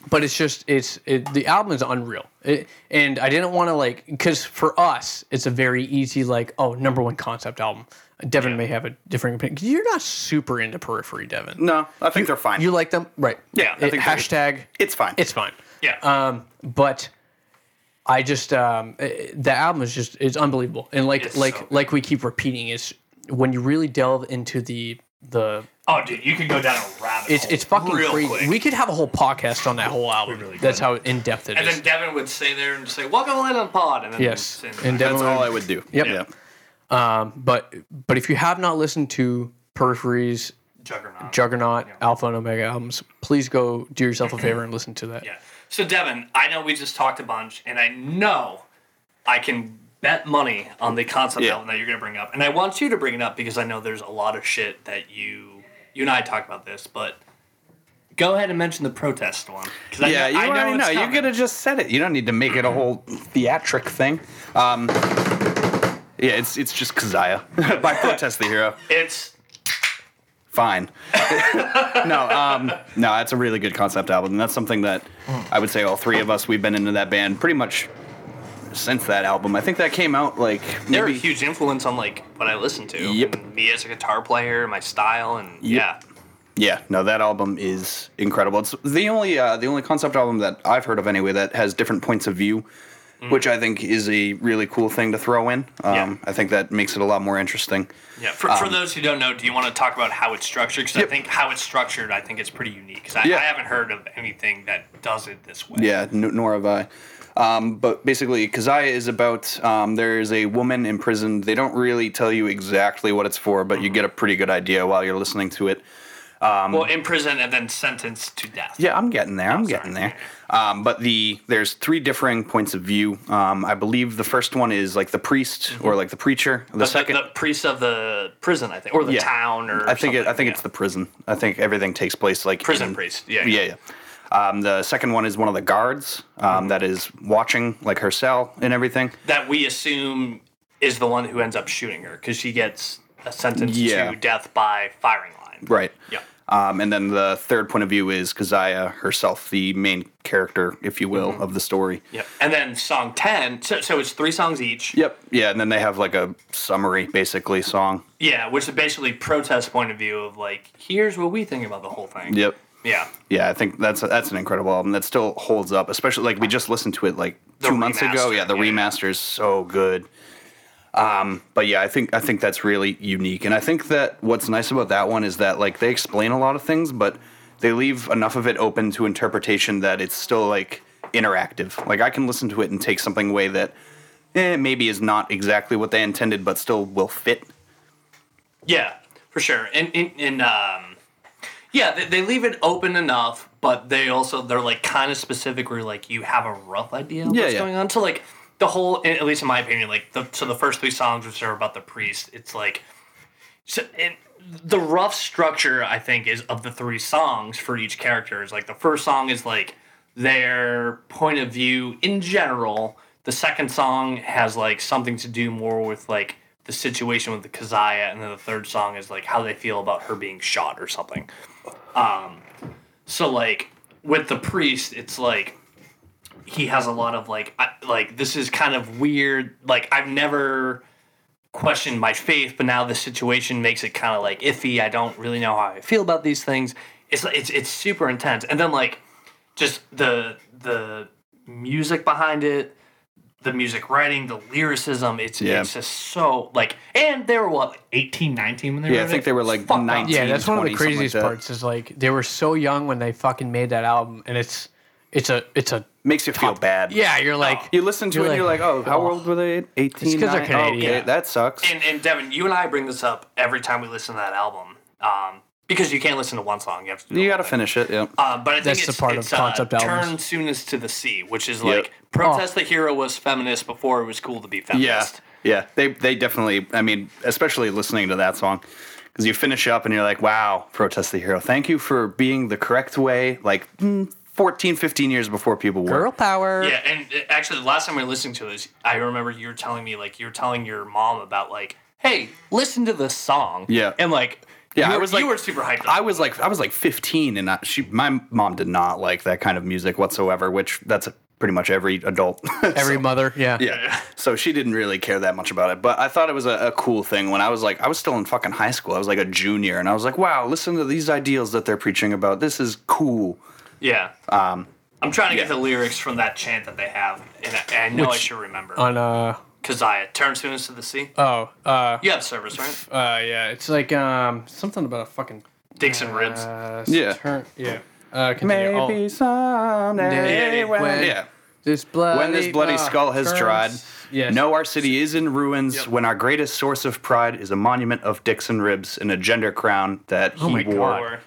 (laughs)
but it's just it's it, the album is unreal it, and i didn't want to like because for us it's a very easy like oh number one concept album devin may have a different opinion you're not super into periphery devin
No, I think they're fine.
you like them right
Yeah, I
It-
think they're-
hashtag
it's fine.
it's fine
Yeah.
um, but I just um, eh, the album is just it's unbelievable, and like
It's
like
so good.
like we keep repeating is when you really delve into the the
oh, dude, you could go down a rabbit
it's
hole
it's fucking
real
crazy.
quick.
We could have a whole podcast on that whole album. That's how in depth it is.
and then Devin would stay there and say, "Welcome to Lennon Pod," and then
yes,
and,
That's
and definitely-
all I would do.
Yep.
Yeah.
But but if you have not listened to Peripheries,
Juggernaut.
Juggernaut, Alpha and Omega albums, please go do yourself
(clears throat)
a favor and listen to that.
yeah. So Devin, I know we just talked a bunch, and I know I can bet money on the concept
Yeah.
album that you're going to bring up, and I want you to bring it up because I know there's a lot of shit that you you and I talked about this, but. Go ahead and mention the protest one. 'cause I
Yeah,
know,
you
I know
already
it's
know. You
coming.
could have just said it. You don't need to make it a whole theatric thing. Um, yeah, it's it's just Kazaya (laughs) by Protest the Hero.
It's
Fine. (laughs) no, um, no, that's a really good concept album, and that's something that I would say all three of us we've been into that band pretty much since that album. I think that came out like
they're
maybe
a huge influence on like what I listen to.
Yep.
and Me as a guitar player, my style, and yeah.
Yeah, no, that album is incredible. It's the only uh, the only concept album that I've heard of anyway that has different points of view which I think is a really cool thing to throw in. Um,
Mm. Yeah.
I think that makes it a lot more interesting.
Yeah, for, for those who don't know, do you want to talk about how it's structured? Because I
Um, Yep.
think how it's structured, I think it's pretty unique. Because I,
Yeah.
I haven't heard of anything that does it this way.
Yeah, n- nor have I. Um, but basically, Kazaya is about um, there is a woman imprisoned. They don't really tell you exactly what it's for, but you get a pretty good idea while you're listening to it.
Well, in prison and then sentenced to death.
Yeah, I'm getting there. I'm getting
sorry.
there. Um, but the there's three differing points of view. Um, I believe the first one is like the priest or like the preacher. The
The,
second,
the priest of the prison, I think, or the
Yeah.
town, or
I think it, I
something,
think it's the prison. I think everything takes place like
Prison priest, yeah, yeah.
yeah. yeah. Um, the second one is one of the guards um, that is watching like her cell and everything.
yeah. that we assume is the one who ends up shooting her because she gets a sentence
Yeah.
to death by firing line.
Right.
Yeah.
Um, and then the third point of view is Kazaya herself, the main character, if you will, of the story.
Yep. And then song ten, so, so it's three songs each.
Yep. Yeah, and then they have like a summary, basically, song.
Yeah, which is basically protest point of view of like, here's what we think about the whole thing.
Yep.
Yeah.
Yeah, I think that's that's an incredible album that still holds up, especially like we just listened to it like
The
two months ago.
remaster,
Yeah, the
yeah.
remaster is so good. Um, but yeah, I think I think that's really unique, and I think that what's nice about that one is that like they explain a lot of things, but they leave enough of it open to interpretation that it's still like interactive. Like I can listen to it and take something away that eh, maybe is not exactly what they intended, but still will fit.
Yeah, for sure. And and, and um, yeah, they, they leave it open enough, but they also they're like kind of specific where like you have a rough idea of
Yeah,
what's
yeah.
going on. So like the whole, at least in my opinion, like the so the first three songs which are about the priest, it's like so and the rough structure I think is of the three songs for each character is like the first song is like their point of view in general. The second song has like something to do more with like the situation with the Kazaya, and then the third song is like how they feel about her being shot or something. Um, so like with the priest, it's like he has a lot of like I, like this is kind of weird. Like I've never questioned my faith, but now the situation makes it kind of like iffy. I don't really know how I feel about these things. It's it's it's super intense, and then like just the the music behind it, the music writing, the lyricism. It's
Yeah.
it's just so like, and they were what like, 18, 19 when they
Yeah,
wrote
I think
it?
they were like
Fucked up.
nineteen.
Yeah, that's one of the
20, something like
craziest
that.
parts is like they were so young when they fucking made that album, and it's it's a it's a
Makes you feel bad.
yeah.
Oh.
You're like
You listen to
You're
it and you're
like,
like, oh, how
oh.
old were they? 18?
It's 'cause they're
nine? Oh,
Canadian.
Okay, that sucks.
and, and Devin, you and I bring this up every time we listen to that album um, because you can't listen to one song. You have to. Do
you
the
got to
whole thing.
finish it, yeah.
Uh, but I think
That's
it's,
the part of
it's
concept
uh,
albums.
Turn soonest to the sea, which is
Yep. Oh.
like protest the hero was feminist before it was cool to be
yeah.
feminist.
Yeah. They, they definitely, I mean, especially listening to that song, because you finish up and you're like, wow, Protest the Hero, thank you for being the correct way, like mm, 14, 15 years before people were.
girl power.
Yeah, and uh, actually, the last time we were listening to this, I remember you were telling me like you were telling your mom about like, hey, listen to this song.
Yeah.
and like,
Yeah,
you
I
were-
was,
you
like-
were super hyped.
I
I
was like I was like 15 and I, she my mom did not like that kind of music whatsoever which that's pretty much every adult (laughs)
Every mother, yeah.
Yeah. So she didn't really care that much about it. But I thought it was a, a cool thing when I was like, I was still in fucking high school. I was like a junior. And I was like, wow, listen to these ideals that they're preaching about. This is cool.
yeah. Um, I'm trying to get
yeah.
the lyrics from that chant that they have, and I, and I know I
Which-
should remember.
On uh
Keziah, turn soonest to the sea.
oh uh
You have service, right?
uh yeah, it's like um something about a fucking
Dicks and ribs.
uh,
Yeah.
turn, yeah. Uh, continue. Oh.
someday.
Day when
Yeah.
This bloody,
When this bloody
uh,
skull has
turns-
dried,
Yes.
know our city is in ruins when our greatest source of pride is a monument of dicks and ribs and a gender crown that he
my
wore.
God.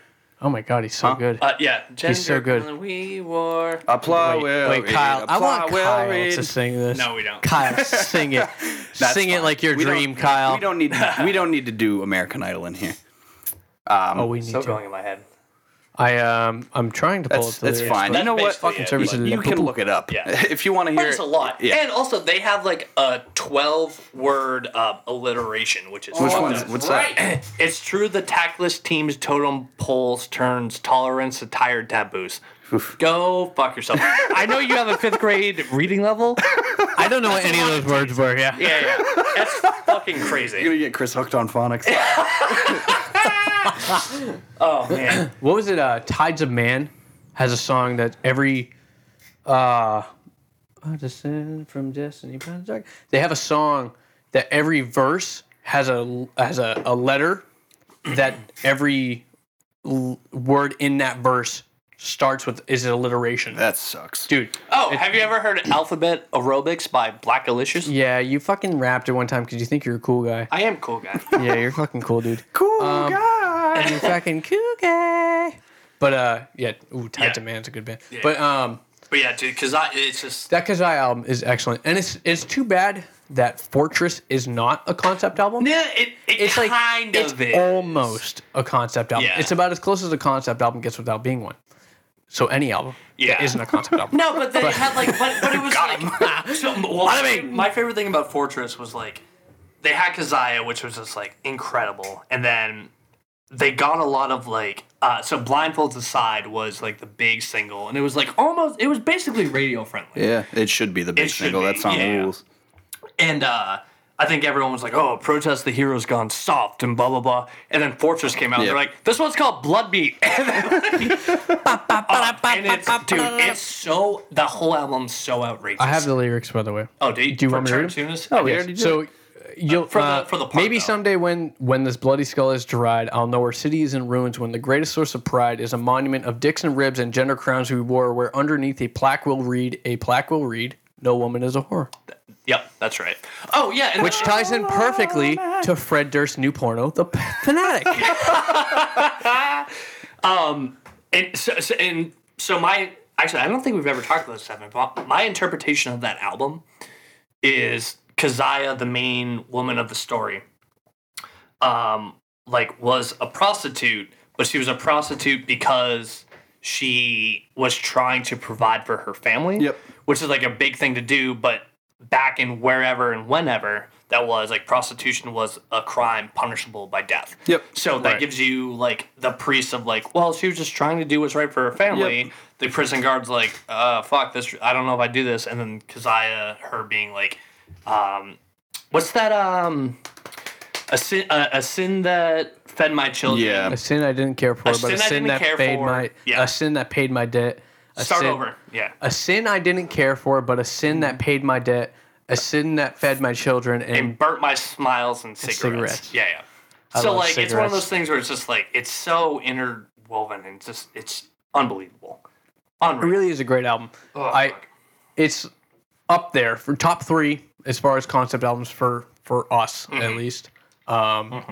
Oh my god, he's so good.
Uh, yeah,
He's
Gender
so good. Uh,
We war.
Apply
wait,
will
wait,
read,
Kyle. I want
apply will
Kyle
read.
to sing this.
No, we
(laughs)
don't.
Kyle, sing it.
That's
sing it
fine.
like your
We don't-
dream, Kyle.
We don't need
(laughs)
we don't need to do American Idol in here.
oh, we need
Still
to.
going in my head.
I um, I'm trying to pull
That's
up the
that's
lyrics,
fine.
but-
You know what?
basically
Fucking
it.
services.
Like,
You
you
can
can
look it up.
Yeah.
(laughs) If you want to
But
hear.
it's a lot.
Yeah.
And also, they have like a 12 word uh, alliteration, which is
Which
fucked
one's
up.
what's that?
(clears throat) It's true the tactless team's totem poles turns tolerance to tired taboos. Go fuck yourself. I know you have a fifth grade reading level.
I don't know what any of those words were. Yeah.
Yeah, yeah. That's fucking
You're
crazy.
gonna get Chris hooked on phonics.
Oh man.
What was it? Uh, Tides of Man has a song that every uh, I descend from destiny. by the dark. They have a song that every verse has a has a, a letter that every l- word in that verse starts with is an alliteration.
(laughs) That sucks.
Dude,
Oh, have you ever heard Alphabet Aerobics by Blackalicious?
yeah, you fucking rapped it one time because you think you're a cool guy.
I am cool guy.
yeah, you're fucking cool, dude. (laughs) Cool guy. You fucking cool guy. But uh, yeah, ooh, Tied
Yeah.
to Man's a good band. But um,
But yeah, dude, because I it's just
that Kazai album is excellent, and it's it's too bad that Fortress is not a concept album.
yeah, it, it
It's like
kind
it's
of is.
almost a concept album.
Yeah.
It's about as close as a concept album gets without being one. So any album that
Yeah.
isn't a
(laughs)
concept album.
No, but they had like, but, but it was like, so, (laughs) well, my, my favorite thing about Fortress was like, they had Kazaya, which was just like incredible, and then they got a lot of like, uh, so Blindfolds Aside was like the big single, and it was like almost, it was basically radio friendly,
Yeah, it should be the big
It should
single.
be,
That song
yeah.
rules.
and uh, I think everyone was like, oh, protest the hero's gone soft and blah blah blah, and then Fortress came out, and
Yeah.
they're like, this one's called Bloodbeat, (laughs) and, then, and it's dude, it's so the whole album's so outrageous.
I have the lyrics by the way.
Oh, do you,
Do you
for
want me to read 'em?
Tarantino's-
Oh,
yeah.
yes. So uh, you'll
for the-
uh,
for the part,
maybe
though.
someday when when this bloody skull is dried, I'll know our city is in ruins. When the greatest source of pride is a monument of dicks and ribs and gender crowns we wore, where underneath a plaque will read, a plaque will read, no woman is a whore,
Yep, that's right. Oh yeah, and
which
then-
ties in perfectly to Fred Durst's new porno, The Fanatic.
and so, so and so my actually I don't think we've ever talked about this Evan, but my interpretation of that album is Kazaya, the main woman of the story, um, like was a prostitute, but she was a prostitute because she was trying to provide for her family.
Yep.
Which is like a big thing to do, but back in wherever and whenever that was like prostitution was a crime punishable by death.
Yep.
So that gives you like the priest of like, well, she was just trying to do what's right for her family. The prison guard's like, uh, fuck this. I don't know if I do this. And then Kazaya, her being like, um, what's that? Um, a sin, a, a sin that fed my children.
Yeah.
(laughs) a sin I didn't care for, but
sin I
a sin
didn't
that
care
paid
for.
my
Yeah.
a sin that paid my debt. A
Start
sin-
over. Mm. Yeah.
A sin I didn't care for, but a sin that paid my debt. A sin that fed my children and
and burnt my smiles and cigarettes.
cigarettes.
Yeah, yeah. so
love
like it's one of
cigarettes.
those things where it's just like it's so interwoven and it's just it's unbelievable. Unreal.
It really is a great album. I,
fuck.
it's up there for top three as far as concept albums for for us
Mm-hmm.
at least. Um,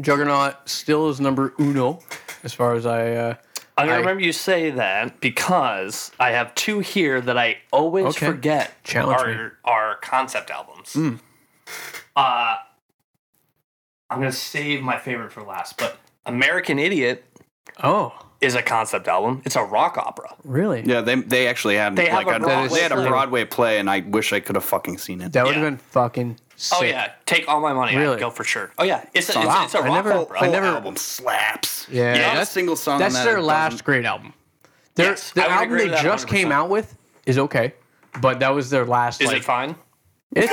Juggernaut still is number uno as far as I. Uh,
I
I-
remember you say that because I have two here that I always
Okay.
forget
Challenge
are,
me. Hmm.
are concept albums. Uh, I'm gonna save my favorite for last, but American Idiot
oh,
is a concept album. It's a rock opera.
really?
Yeah, they they actually had
They have
like
a Broadway
they had a
play.
Broadway play, and I wish I could have fucking seen it.
That would have
Yeah.
been fucking sick.
Oh yeah, take all my money. I'd
Really?
go for sure. Oh yeah, it's a, it's,
Wow.
it's a
I
rock
never-
opera.
I never-
album slaps.
Yeah,
Not
that's-
a single song.
That's
on that
their
that
last
doesn't-
great album. Their,
Yes,
their
I would
album
agree
they
with that
just came
100%.
out with is okay, but that was their last.
Is
like,
it fine?
It's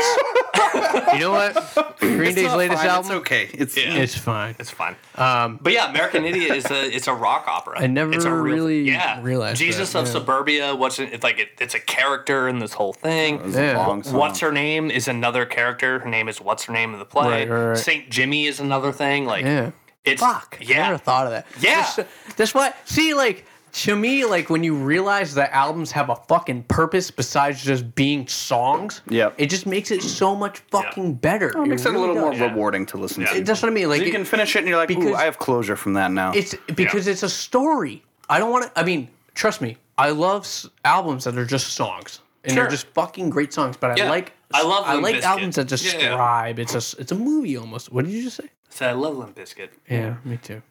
(laughs)
you know what Green Day's
It's
latest
fine,
album.
It's okay. It's
It's fine.
It's fine. but yeah, American Idiot is a it's a rock opera.
Um, I never
it's a real-
really
yeah.
realized
Jesus
that,
of
yeah.
Suburbia. What's it, it's like? It, it's a character in this whole thing.
Yeah.
long song.
What's her name is another character. Her name is what's her name in the play.
Right, right, right.
Saint Jimmy is another thing. Like
Yeah.
it's
Fuck. I
Yeah,
never thought of that.
Yeah.
That's, that's what. See, like to me, like when you realize that albums have a fucking purpose besides just being songs.
Yep.
It just makes it so much fucking better.
It makes it a
really
little more
does.
rewarding to listen to.
That's what I mean. Like
you
it-
can finish it, and you're like, ooh,
because-
I have closure from that now.
It's because it's a story. I don't want to. I mean, trust me. I love s- albums that are just songs, and
Sure.
they're just fucking great songs. But I
Yeah.
like.
I love
I
Limp
like
Bizkit.
albums that
Yeah, yeah.
describe. It's a. s- It's a movie almost. What did you just say?
so I love Limp Bizkit.
Yeah, me too.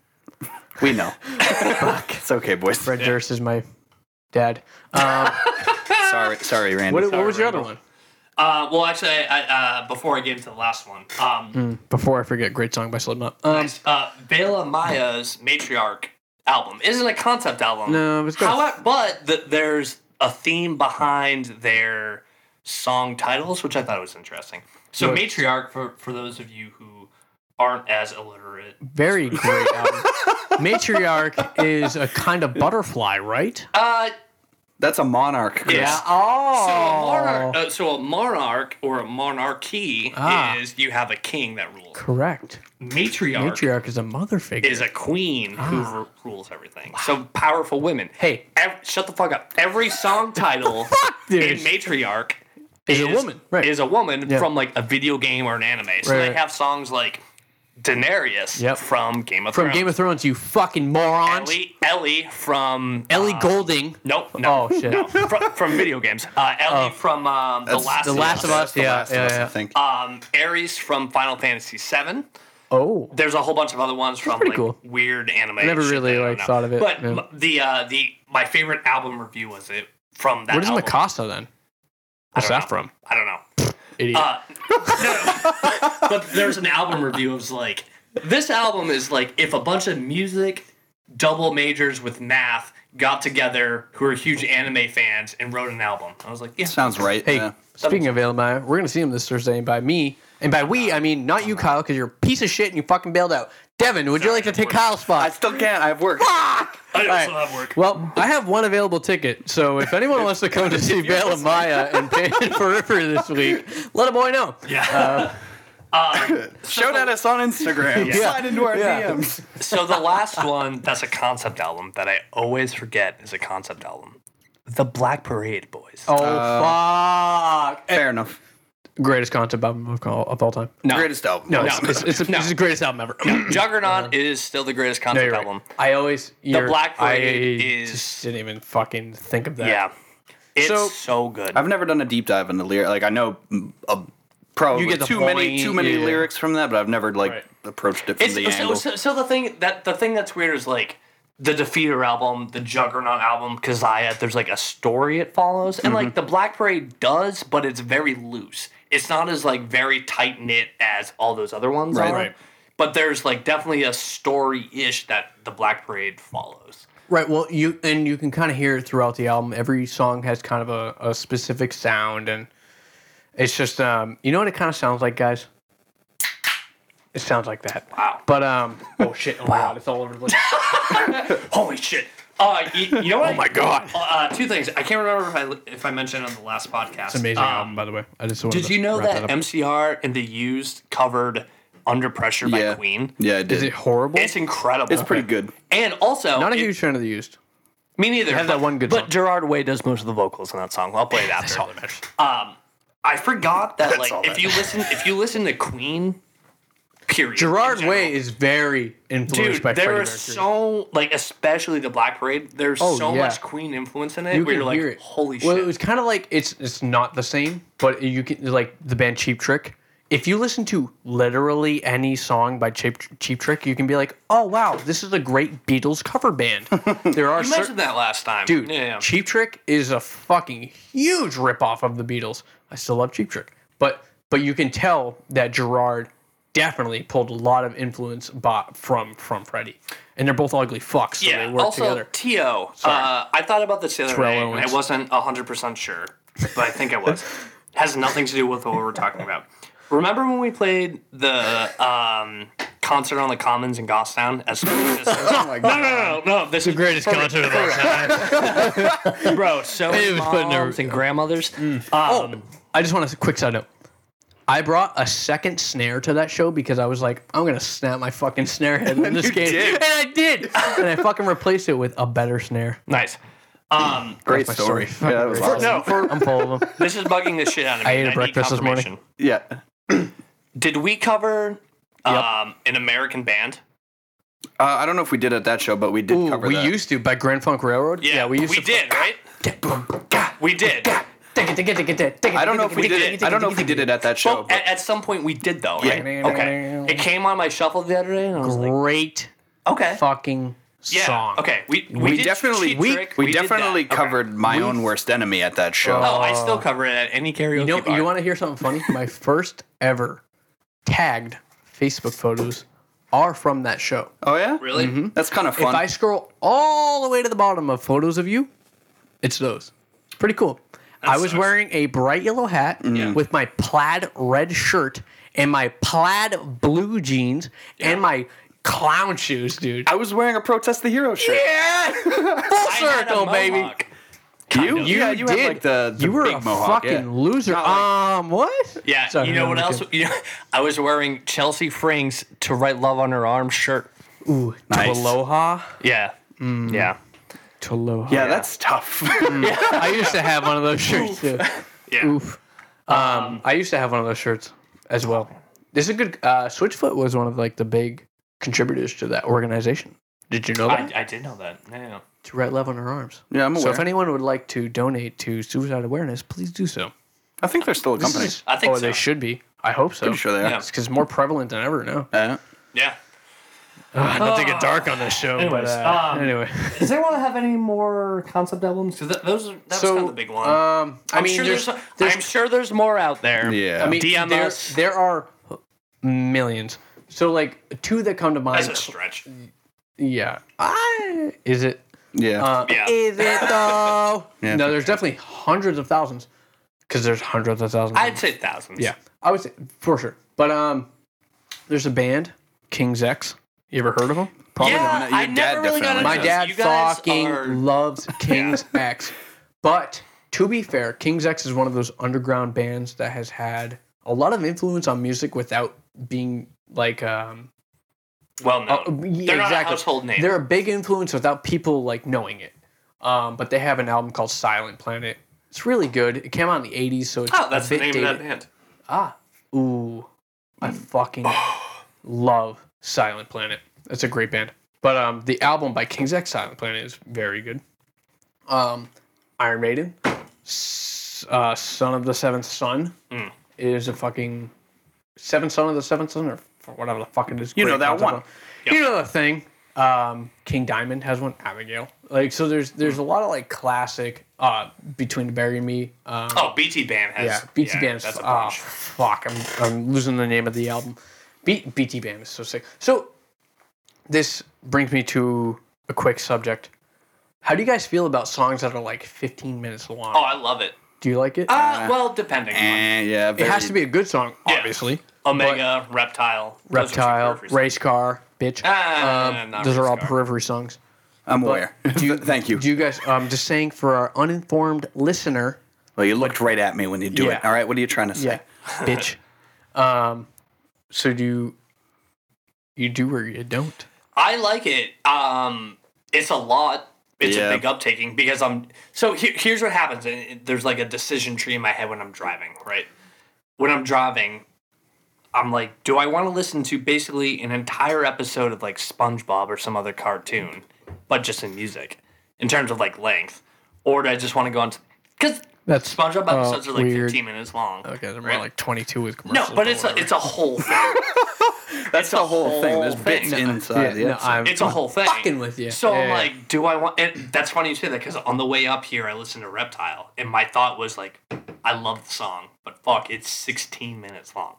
we
(laughs)
know. It's okay, boys.
Fred Durst is my dad. Um,
Sorry, sorry, Randy.
what, what was your other one?
Uh, well, actually, I, I, uh, before I get into the last one, um,
Hmm. Before I forget, great song by Slipknot. Um,
uh, Bela Maya's Matriarch album isn't a concept album.
No, it's good.
However, but th- there's a theme behind their song titles, which I thought was interesting. So
Right.
Matriarch, for for those of you who aren't as illiterate, (laughs)
very great album. Matriarch is a kind of butterfly, right?
uh,
That's a monarch. Chris.
Oh.
So a, monarch, uh, so a monarch or a monarchy
Ah.
is you have a king that rules.
Correct.
Matriarch
Matriarch is a mother figure.
is a queen who ru- rules everything. So powerful women.
Hey.
Ev- shut the fuck up. Every song
(laughs)
title
dude?
in Matriarch
Is a woman, right.
Is a woman
Yeah.
from like a video game or an anime. So
Right,
they
right.
have songs like Daenerys
Yep.
from Game of
From
Thrones.
Game of Thrones, you fucking morons.
Ellie, Ellie from
Ellie Golding.
Nope. No.
Ah. Oh, shit.
No. From, from video games. Uh, Ellie from um, (laughs) the
That's
Last.
The
of
Last of
Us.
Us.
The
Yeah,
Last of
yeah,
Us, I
yeah.
think.
Um, Ares from Final Fantasy VII.
Oh.
There's a whole bunch of other ones from
pretty
like
cool.
weird anime.
I never
shit
really,
that I don't
like,
know.
thought of it,
But
yeah.
m- the uh, the my favorite album review was it from that.
What is
album.
Mikasa then?
I
What's
don't
that
know.
from?
I don't know.
Idiot.
Uh, no, but there's an album review of like this album is like if a bunch of music double majors with math got together who are huge anime fans and wrote an album. I was like, yeah,
Sounds right.
hey,
yeah.
speaking of Elmire, we're going to see him this Thursday. And by me, and by we, I mean not you, Kyle, because you're a piece of shit and you fucking bailed out. Devin, would you like to take Kyle's
I
spot?
still can't. I have work. (laughs)
I
All right.
also have work.
Well, I have one available ticket, so if anyone wants to come to see Bela Maya and Pan Periphery this week, let a boy know. uh,
Shout at us on Instagram. Slide into our
Yeah.
DMs.
(laughs) So the last one that's a concept album that I always forget is a concept album. The Black Parade Boys.
Oh, fuck.
Fair enough.
Greatest content album of all, of all time.
no.
Greatest album.
No, it's, it's, it's, it's the greatest album ever.
Juggernaut is still the greatest
uh-huh. No,
concept
you're right.
album.
I always you're-
Black
I
Parade is-
just didn't even fucking think of that.
Yeah. It's
So-
so, good.
I've never done a deep dive into lyric. Like I know mm, a, probably
You get the
too
point,
many too many
yeah.
lyrics from that, but I've never like
Right.
approached it from
It's,
the
so,
angle.
so, so the thing that the thing that's weird is like the Defeater album, the Juggernaut album, Kazaya. There's like a story it follows, and like the Black Parade does, but it's very loose. It's not as like very tight knit as all those other ones
Right.
are.
Right.
But there's like definitely a story ish that the Black Parade follows.
Right. Well, you and you can kind of hear it throughout the album. Every song has kind of a, a specific sound, and it's just um, you know what it kind of sounds like, guys. It sounds like that.
Wow.
But um, oh shit! Oh wow, (laughs) it's all over the place.
(laughs) Holy shit! Uh, y- you, know what?
oh my god!
Uh, two things. I can't remember if I li- if I mentioned on the last podcast.
It's an amazing
Um,
album, by the way. I just wanted
Did
to
you know
wrap
that,
up.
MCR and the Used covered "Under Pressure" by
yeah.
Queen?
Yeah, I did.
Is it horrible?
It's incredible.
it's pretty good.
And also,
Not a
it-
huge fan of the used.
me neither.
have that
but-
one good
But
song.
Gerard Way does most of the vocals in that song. I'll
(laughs)
play it after. Um, I forgot that. like,
all
if
that-
you listen, if you listen to Queen, period.
Gerard
in general-
Way is very influenced
Dude,
by Freddie
there
Mercury.
is so like, especially the Black Parade. There's
Oh,
so
yeah.
much Queen influence in it.
you
where
can
you're like,
hear it.
holy
Well,
shit.
it was kind of like it's it's not the same, but you can like the band Cheap Trick. If you listen to literally any song by Cheap, Cheap Trick, you can be like, "Oh wow, this is a great Beatles cover
(laughs)
band." There are
you
cer-
mentioned that last time,
dude.
Yeah, yeah.
Cheap Trick is a fucking huge ripoff of the Beatles. I still love Cheap Trick, but but you can tell that Gerard definitely pulled a lot of influence bought from from Freddie, and they're both ugly fucks, so they work
also,
together.
T.O. Uh, I thought about this the other
Terrell
day, and I
Owens.
wasn't 100% sure, but I think I (laughs) was. Has nothing to do with what we're talking about. Remember when we played the um, concert on the Commons in Gosstown? (laughs) As oh my God. No, no, no, no. This is the
greatest concert of all time.
Bro, so (laughs)
It
many
was putting a-
moms and grandmothers. Um, Oh,
I just want to quick side note. I brought a second snare to that show because I was like, I'm gonna snap my fucking snare head
(laughs)
in this game,
did.
and I did, and I fucking replaced it with a better snare.
Nice. Um,
Great
That's my story.
story. Yeah, that was awesome.
no, for,
I'm full of them.
this is bugging the shit (laughs) out of me.
I ate a
need
breakfast this morning.
confirmation.
Yeah.
Did we cover um, an American band?
Uh, I don't know if we did at that show, but we did (laughs)
Ooh,
cover
we
that.
used to by Grand Funk Railroad.
Yeah,
we used
we
to.
did, right? We did.
I don't know if we did it. I don't know if we did it at that show.
Well,
but
at, at some point we did though, right?
Yeah.
Okay. It came on my shuffle the other day, and I was like,
Great
okay,
fucking
yeah,
song.
okay. We we,
we
did
definitely
Cheat
we,
Trick,
we
did
definitely
that. Okay.
covered my own worst enemy at that show.
Oh, I still cover it at any karaoke
You know,
bar.
you want to hear something funny? My first ever tagged Facebook photos are from that show.
Oh yeah,
really?
That's kind of
If I
fun.
scroll all the way to the bottom of photos of you, it's those. It's pretty cool. I was
sucks.
wearing a bright yellow hat with my plaid red shirt and my plaid blue jeans and my clown shoes,
(laughs)
dude.
I was wearing a protest the hero shirt.
Yeah, full
I had a
circle, baby.
mohawk.
You,
of.
yeah, you had like the, the
you were
big
a
mohawk,
fucking
yeah.
loser.
Not like-
um, what?
Yeah,
Sorry,
you know
no,
what
I'm
else?
kidding.
You know, I was wearing Chelsea Frings to write love on her arm shirt.
Ooh,
Nice.
Taloha.
Yeah,
Mm.
yeah,
Taloha.
Yeah, that's
(laughs)
tough.
I used to have one of those shirts too.
Yeah.
Oof. Um, I used to have one of those shirts as well. This is a good. Uh, Switchfoot was one of like the big contributors to that organization. Did you know that? Oh,
I, I did know that. Yeah.
to write love on her arms.
Yeah, I'm
So
aware.
if anyone would like to donate to suicide awareness, please do so.
I think they're still a company.
I think
or
so.
they should be. I hope so.
Pretty sure they are. Uh,
It's because more prevalent than
(laughs)
ever now.
Yeah.
Yeah.
Ah, not to get dark on this show.
Anyways,
but, uh,
um,
anyway.
Does anyone have any more concept albums? Because those are that's kind of the big one.
Um, I
I'm
mean,
sure
there's,
there's,
there's
I'm sure there's more out there.
Yeah.
I mean,
DM
there,
us.
there are millions. So like two that come to mind.
That's a stretch.
yeah. I, is it?
yeah.
Uh,
Yeah.
Is it (laughs) though?
Yeah,
no, there's definitely hundreds of thousands. Because there's hundreds of thousands.
I'd say thousands.
yeah, I would say for sure. But um, there's a band, King's X. You ever heard of them?
Probably
Yeah,
not. Your
I never
dad
really got
definitely
My
does.
Yes,
dad
you guys
fucking
are- (laughs)
loves King's X. But to be fair, King's X is one of those underground bands that has had a lot of influence on music without being like um
Well
uh,
known.
yeah,
They're not a
exactly.
household name.
They're a big influence without people like knowing it. Um, but they have an album called Silent Planet. It's really good. It came out in the 80s, so it's
oh, that's
a
the
bit
name
dated.
of that band.
Ah, ooh, I fucking love Silent Planet. That's a great band. But um, the album by King's X Silent Planet is very good. Um, Iron Maiden, S- uh, Son of the Seventh Son
Mm.
is a fucking Seventh Son of the Seventh Son or f- whatever the fuck it is.
You know
Great
that
concept
one.
album. You know the thing. Um, King Diamond has one. Abigail. Like so, there's there's a lot of like classic. Uh, Between the Barry and Me. Um,
Oh, BT Band has.
yeah, BT Band is
That's a
oh,
bunch.
fuck. I'm, I'm losing the name of the album. B, BT Band is so sick. So this brings me to a quick subject. How do you guys feel about songs that are like 15 minutes long?
Oh, I love it.
do you like it?
Uh, well, depending. on
Eh, yeah.
it has to be a good song,
Yeah.
obviously.
Omega, Reptile, those are some
Reptile,
periphery
Race Car, Bitch.
Ah,
Um,
not
those are
Race
all
Car.
periphery songs.
I'm aware. (laughs)
Do you,
Thank you.
Do you guys? I'm just saying for our uninformed listener.
well, you looked right at me when you do
Yeah.
it. All right. What are you trying to say?
Yeah,
(laughs)
bitch. Um, so do you, you do or you don't?
I like it. Um, it's a lot. It's
Yeah.
a big uptaking because I'm. So he- here's what happens. and it- There's like a decision tree in my head when I'm driving. Right. When I'm driving, I'm like, do I want to listen to basically an entire episode of like SpongeBob or some other cartoon, but just in music, in terms of like length, or do I just want to go on? Because
That's
SpongeBob
uh,
episodes are like
weird.
15 minutes long.
Okay, they're more
right?
like 22 with commercials.
No, but it's a, it's a whole thing.
That's the whole, thing. There's bits
thing. No,
inside the
no,
episode.
I'm,
It's a whole thing.
fucking with you.
So
Yeah,
I'm
yeah.
like, do I want? And that's funny you say that because on the way up here, I listened to Reptile, and my thought was like, I love the song, but fuck, it's 16 minutes long.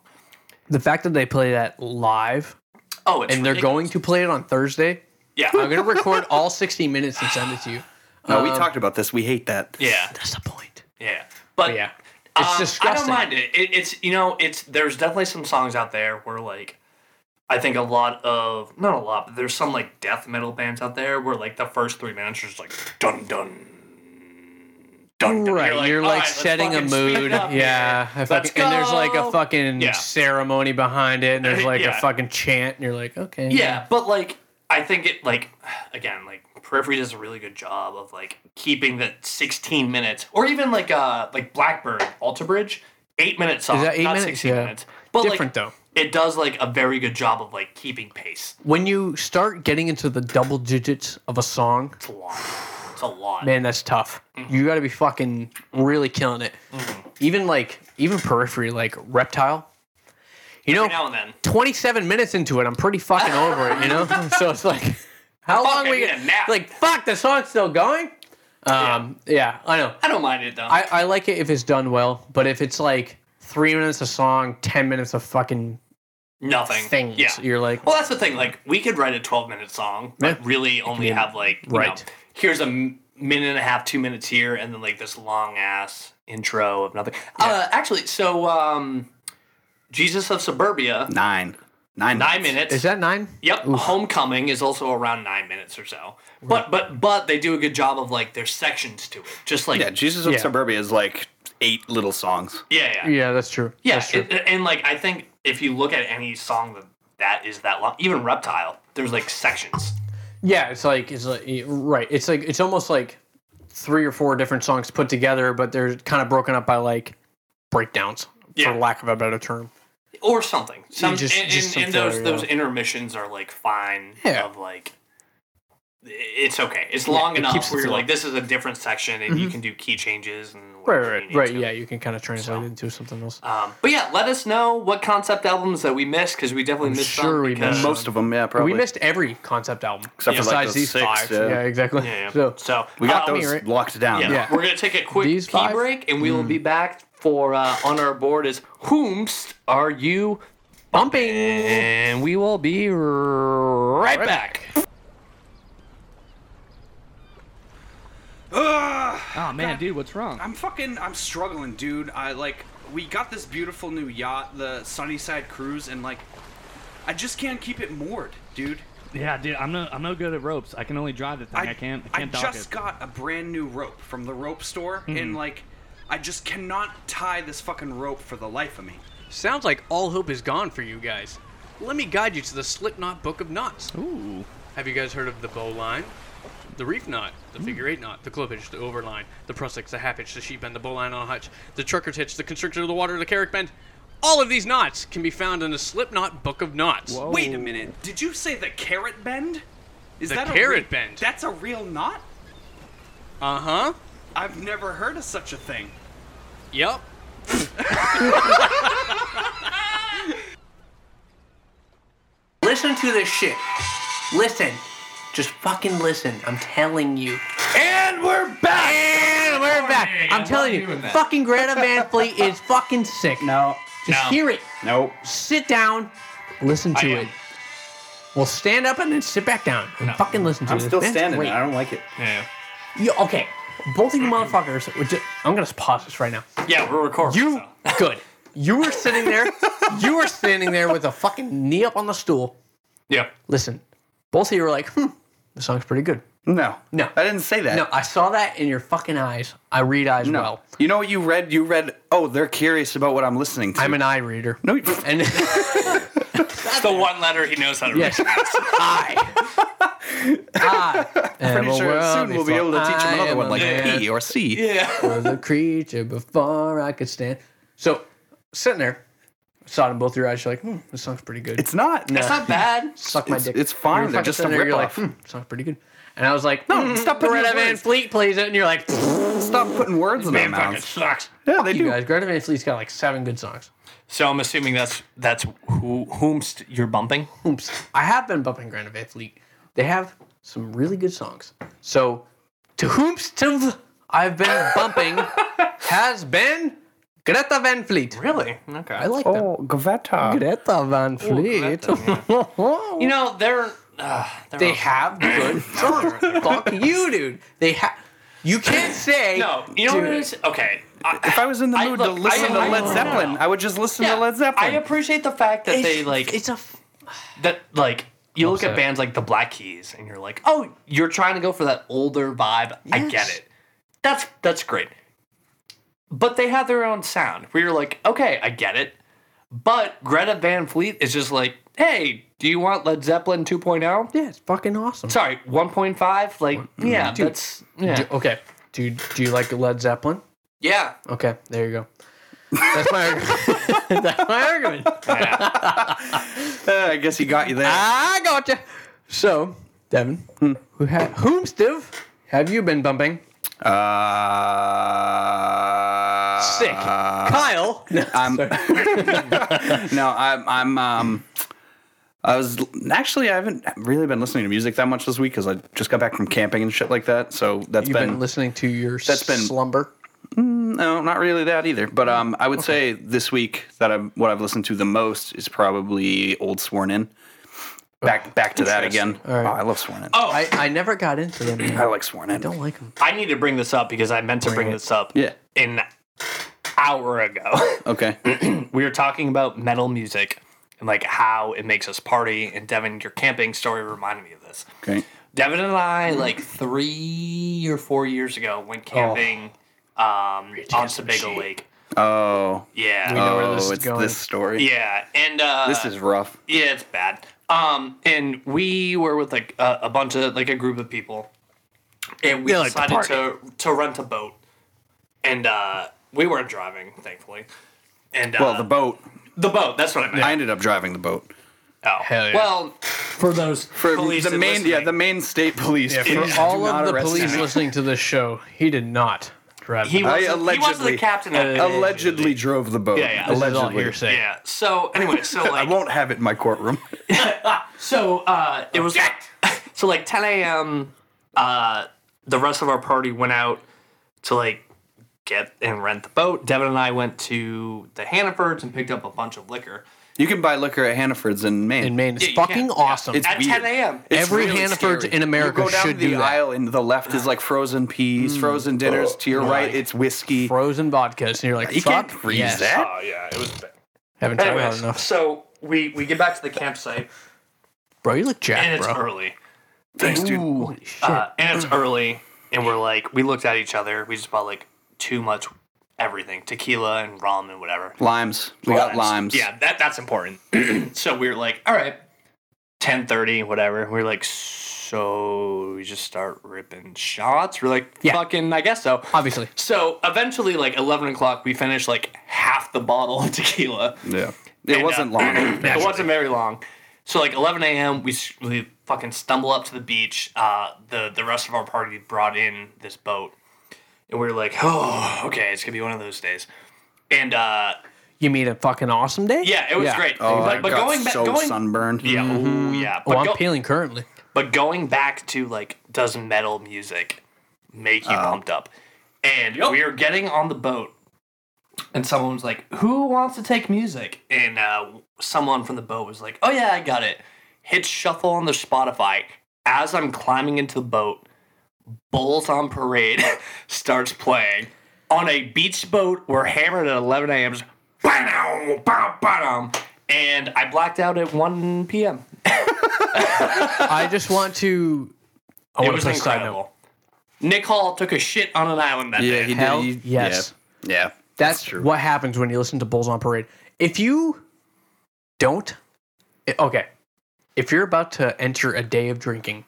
the fact that they play that live
Oh, it's
and they're going to play it on Thursday.
Yeah,
I'm gonna record
(laughs)
all 60 minutes and send it to you.
no,
um,
we talked about this. We hate that.
yeah,
That's the point.
yeah. But
Yeah,
um,
it's disgusting.
I don't mind it. it. It's you know, it's there's definitely some songs out there where like. I think a lot of not a lot, but there's some like death metal bands out there where like the first three minutes are just like dun dun dun. dun.
Right, you're like,
"All right, let's
setting a
fucking speed
mood.
it up
Yeah,
here.
I
Let's
fucking- and there's like
go."
a fucking
Yeah.
ceremony behind it, and there's like
Yeah.
a fucking chant, and you're like, okay,
Yeah, but like I think it like (sighs) again like Periphery does a really good job of like keeping the 16 minutes or even like uh like Blackbird Alter Bridge eight minutes song
Is that eight
not
minutes?
16
Yeah.
minutes but
Different, though.
like, it does like a very good job of like keeping pace
When you start getting into the double digits of a song,
it's a lot it's a lot
man, that's tough.
Mm-hmm.
You got to be fucking really killing it. Even like even periphery, like reptile. You
every
know,
now and then
27 minutes into it, I'm pretty fucking over it. You
(laughs)
know, so it's like, how long
I
we
need
get?
a nap.
Like, fuck, the song's still going. Um, yeah, I know.
I don't mind it though
I, I like it if it's done well, but if it's like three minutes a song, 10 minutes of fucking
nothing
things,
yeah
you're like,
Well, that's the thing. Like, we could write a 12 minute song, but
Yeah.
really only have, like, you
Right.
know, here's a m- minute and a half, two minutes here, and then, like, this long ass intro of nothing. Uh, actually, so, um, Jesus of Suburbia
Nine. Nine.
Nine minutes.
Is that nine?
Yep, Homecoming is also around nine minutes or so, but but but they do a good job of like their sections to it, just like
Yeah,
yeah,
Jesus of
Yeah.
Suburbia is like eight little songs.
yeah, yeah.
Yeah, that's true. that's true.
and, and, like I think if you look at any song that that is that long, even Reptile, there's like sections.
yeah, it's like it's like right. It's like it's almost like three or four different songs put together, but they're kind of broken up by like breakdowns,
Yeah.
for lack of a better term.
or something. Some
just-
and,
just
and, and
something,
those
yeah.
those intermissions are like fine.
Yeah.
Of like, i- it's okay. It's long
it keeps
enough
it
where you're
through.
like, this is a different section, and you can do key changes and
Right,
whatever you
right,
need
right.
to.
Yeah, you can kind of translate it into something else.
Um, but yeah, let us know what concept albums that we missed because we definitely missed
sure
some.
we
because-
missed.
Most of them, yeah, probably.
we missed every concept album
Except for, like,
besides
those
these
six,
five.
yeah.
Yeah, exactly.
Yeah, yeah. So,
So,
We got
um,
those
right?
locked down.
Yeah.
Yeah.
we're gonna take a quick
These
key
five? Mm.
break, and we will be back for uh, on our board is whomst are you bumping, and we will be r- right, right back.
Ugh,
Oh man, dude, what's wrong?
I'm fucking. I'm struggling, dude. I like. We got this beautiful new yacht, the Sunnyside Cruise, and like, I just can't keep it moored, dude.
Yeah, dude, I'm no, I'm no good at ropes. I can only drive the thing. I, can't, I can't dock
just
it.
got a brand new rope from the rope store, and like, I just cannot tie this fucking rope for the life of me.
Sounds like all hope is gone for you guys. Let me guide you to the Slipknot Book of Knots.
Ooh,
Have you guys heard of the bowline? The reef knot, the figure eight knot, the club hitch, the overline, the press hitch, the half hitch, the sheep bend, the bowline on a hutch, the trucker's hitch, the constriction of the water, the carrick bend. All of these knots can be found in the Slipknot Book of Knots.
Wait a minute. Did you say the carrot bend? Is
The
that a
carrot
re-
bend.
That's a real knot.
Uh huh.
I've never heard of such a thing.
Yep.
Listen to this shit. Listen. Just fucking listen. I'm telling you.
And we're back.
And we're back. I'm telling you. Fucking Greta Van Fleet is fucking sick.
No.
Just hear it.
Nope.
Sit down. Listen to
I am.
it. Well, stand up and then sit back down and fucking listen to
I'm
this.
still
That's
standing.
great.
I don't like it.
Yeah,
You, okay. Both of you motherfuckers. would ju- I'm gonna pause this right now.
yeah, we're recording.
You
so.
(laughs)
good? You were sitting there. you were standing there with a fucking knee up on the stool.
Yeah.
Listen, both of you were like, "Hmm, the song's pretty good."
No.
No.
I didn't say that.
No, I saw that in your fucking eyes. I read eyes
No.
well.
You know what you read? You read, oh, they're curious about what I'm listening to.
I'm an eye reader.
No, you- (laughs)
And
It's the one letter he knows how to
yes,
(laughs)
read.
I. I am
pretty
a
sure soon we'll be able to teach
I
him another
am
one
a
like
man
P or C.
was a creature before I could stand. So sitting there, saw it in both your eyes. You're like, "Hmm, this song's pretty good."
It's not.
It's not bad.
Suck my
it's-
dick.
it's fine,
You were
they're
fucking
just a
sitting there, you're
rip-off.
Like, hmm, sounds pretty good. And I was like, no,
stop putting
Greta
those
Van
words.
Fleet plays it, and you're like, "Hmm,
Stop putting words in their mouths.
Sucks.
Yeah, they (laughs)
you
do.
guys, Greta Van Fleet's got like seven good songs.
So I'm assuming that's that's who whomst you're bumping.
Oops, I have been bumping Greta Van Fleet. They have some really good songs. So, to whomst of
(laughs)
I've been bumping has been Greta Van Fleet.
Really? Okay.
I like them.
Gavetta.
Greta Van Fleet.
you know they're. Uh, they're
they
(laughs)
have good songs. Fuck you, dude. They have. You can't say
no. You know what it is? Okay. I,
If I was in the
I-
mood
look,
to
I-
listen
I-
to Led
I-
Zeppelin, I would just listen
yeah,
to Led
I
Zeppelin.
appreciate the fact that they like
It's a. f-
that like you look at bands like the Black Keys and you're like, oh, you're trying to go for that older vibe. I get
Yes.
it. That's that's great. But they have their own sound. Where you're like, okay, I get it. But Greta Van Fleet is just like, hey, do you want Led Zeppelin 2.0?
Yeah, it's fucking awesome.
Sorry, 1.5. Like, yeah, that's yeah.
Do- okay. Do do you like Led Zeppelin?
yeah.
Okay, there you go. That's my argument. (laughs) That's my argument.
Uh, I guess he got you there.
I gotcha. So, Devin,
Hmm.
who ha- whom Stiv have you been bumping?
Uh,
Sick. Kyle. (laughs)
I'm (laughs) no, I'm I'm um. I was actually I haven't really been listening to music that much this week because I just got back from camping and shit like that. So that's
You've been,
been,
listening to your
that's been-
slumber.
no, not really that either. But um, I would say this week that I'm what I've listened to the most is probably Old Sworn In.
Oh,
Back back to that again. Oh, I love Sworn In. Oh,
I, I never got into them. man.
I like Sworn In.
don't like them.
I need to bring this up because I meant to bring this up
Yeah.
an hour ago.
Okay.
(laughs) we were talking about metal music and like how it makes us party. And Devin, your camping story reminded me of this.
Okay.
Devin and I, like three or four years ago, went camping um, on Sebago Lake.
Oh.
Yeah.
oh, it's this story.
Yeah, and uh,
This is rough.
yeah, it's bad. Um, and we were with like a, a bunch of like a group of people, and we decided to to rent a boat, and uh, we weren't driving, thankfully. And uh,
Well, the boat.
the boat. That's what I meant.
I ended up driving the boat.
Oh.
Hell yeah.
Well,
For those
For
Police
the
and
main, yeah,
listening.
the main state police.
Yeah,
did
for
not
all of the
arrest
police
me.
listening to this show, he did not drive.
he
the-
I
was he was the
allegedly- Uh,
captain. Of,
allegedly drove the boat.
Yeah, yeah.
this is all
Allegedly.
hearsay.
Yeah. So anyway, so
(laughs) I
like
won't have it in my courtroom.
So uh, it was (laughs) so like 10 a.m. Uh, the rest of our party went out to like get and rent the boat. Devin and I went to the Hannafords and picked up a bunch of liquor.
You can buy liquor at Hannaford's in Maine.
In Maine, it's
Yeah, you
fucking
can't. Yeah.
awesome.
It's
At
weird.
10 a.m.
It's
Every
really
(laughs)
Hannaford
scary.
in America
you go down
should
the
do that. Mm.
aisle, and the left is like frozen peas, frozen dinners. to your right, it's whiskey.
frozen vodkas, and you're like,
you
fuck,
can't freeze
yes.
that.
Oh yeah, it was bad.
Haven't tried hard
Anyways,
enough,
so we we get back to the campsite
bro. You look
and
jacked,
it's
bro.
early.
Thanks, dude.
Holy shit.
Uh, and
(clears throat)
it's early, and we're like we looked at each other. We just bought like too much everything, tequila and rum and whatever.
Limes. We got limes.
Yeah, that that's important. (clears throat) so we were like, all right, ten thirty, whatever. We are like, so we just start ripping shots. We're like, fucking, I guess so.
Uh,
Obviously,
So eventually, like eleven o'clock, we finished like half the bottle of (laughs) tequila.
Yeah. It
And,
wasn't
uh,
long.
(clears throat)
it wasn't very long. So like 11 a.m. We, s- we fucking stumble up to the beach. Uh, the the rest of our party brought in this boat, and we were like, oh, okay, it's gonna be one of those days. And uh,
you mean a fucking awesome day?
yeah, it was
Yeah.
great.
Oh, I
but but
got
going back,
so Mm-hmm.
going
sunburned. Mm.
yeah, ooh, yeah. But,
Oh, I'm
go-
peeling currently.
but going back to like, does metal music make you pumped up? And we were getting on the boat, and someone was like, "Who wants to take music?" And uh, someone from the boat was like, "Oh yeah, I got it." Hit shuffle on their Spotify. As I'm climbing into the boat, "Bulls on Parade" (laughs) starts playing on a beach boat. We're hammered at 11 a.m. Just, "Ba-dum, ba- ba-dum," and I blacked out at 1 p.m.
I just want to. I
It
want
was
to put a side note.
incredible. Nick Hall took a shit on an island that
Yeah,
day.
he
Hell
did. he-
yes.
Yeah. yeah.
That's, what happens when you listen to Bulls on Parade. If you don't, i- okay, if you're about to enter a day of drinking,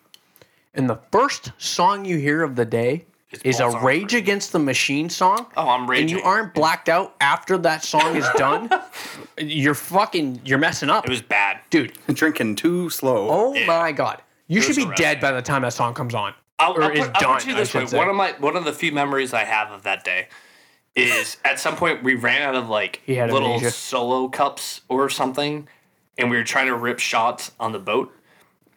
and the first song you hear of the day is a
Bulls on
Rage Against the Machine song,
Oh, I'm
and
raging.
you aren't blacked out after that
(laughs)
song is done, you're fucking, you're messing up,
It was bad.
dude.
Drinking too slow.
Oh my god, you should be
arresting.
dead by the time that song comes on.
I'll,
Or
I'll put,
is
I'll put
done,
it to you
I
this way.
should say.
One of my one of the few memories I have of that day is at some point we ran out of like
had
little
amnesia.
solo cups or something, and we were trying to rip shots on the boat.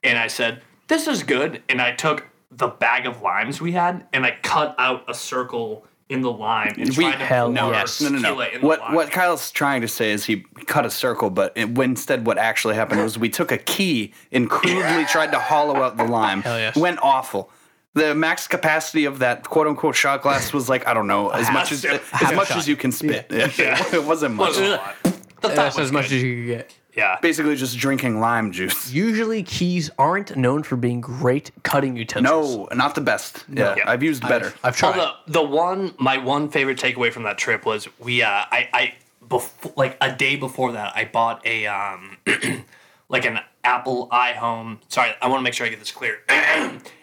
And I said, "This is good," and I took the bag of limes we had and I cut out a circle in the lime and
We-
tried to
hell
pour
yes.
No, no, no.
tequila in the
What
lime.
what Kyle's trying to say is he cut a circle, but it, when- instead, what actually happened was we took a key and crudely tried to hollow out the lime. Hell
yes.
Went awful. The max capacity of that quote unquote shot glass was like I don't know as much as
sip.
as much as you can spit. (laughs) it wasn't much.
(laughs)
Wasn't a lot. The thought
That's as
was
much
good.
as you could get.
yeah.
Basically, just drinking lime juice.
Usually, keys aren't known for being great cutting utensils.
No, not the best. Yeah,
Yeah.
I've used better.
I've tried.
Although the one, my one favorite takeaway from that trip was we, uh, I, I, before, like a day before that, I bought a, um, (clears throat) like an Apple iHome. Sorry, I want to make sure I get this clear. (clears throat)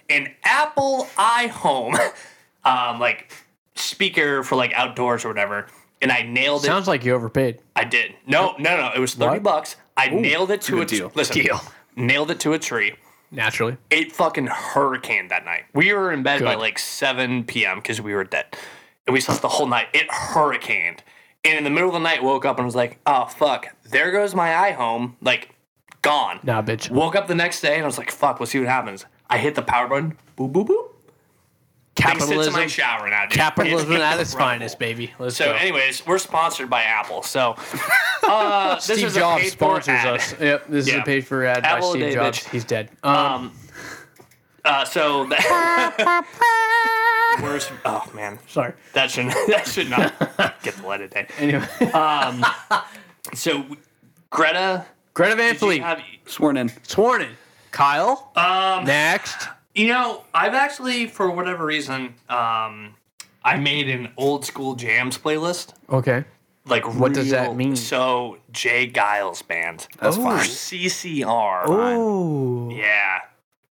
an Apple iHome, (laughs) um, like speaker for like outdoors or whatever. And I nailed it.
Sounds like you overpaid.
I did. No, no, no. It was thirty
What?
bucks. I nailed it to a
good
tree.
deal.
Listen, nailed it to a tree.
Naturally.
it fucking hurricaned that night. We were in bed by
Good.
like 7 p.m. because we were dead. And we slept the whole night. It hurricaned. And in the middle of the night, woke up and was like, oh, fuck, there goes my iHome. Like, gone.
Nah, bitch.
Woke up the next day and I was like, fuck, we'll see what happens. I hit the power button. Boop, boop, boop. Thanks to my
Capitalism.
shower now. dude.
Capitalism
It's (laughs)
at its
incredible.
finest, baby. Let's
So,
go.
anyways, we're sponsored by Apple.
(laughs)
So, uh, this
Steve
is a
Jobs
paid-for
sponsors
ad.
us. Yep, this is
Yeah.
a paid for ad
Apple a
by Steve
day,
Jobs.
bitch.
He's dead. Um,
Uh, so that worst. Oh man,
sorry.
that should (laughs) that should not get the light of day.
Anyway,
So Um, Greta
Greta Van
Did you
Fleet,
have-
Sworn in.
sworn in. Kyle,
um,
next.
You know, I've actually, for whatever reason, um, I made an old school jams playlist.
Okay.
Like,
What does that
real-
mean?
So, Jay Giles Band.
That's
Or
fine.
CCR.
Oh.
Yeah.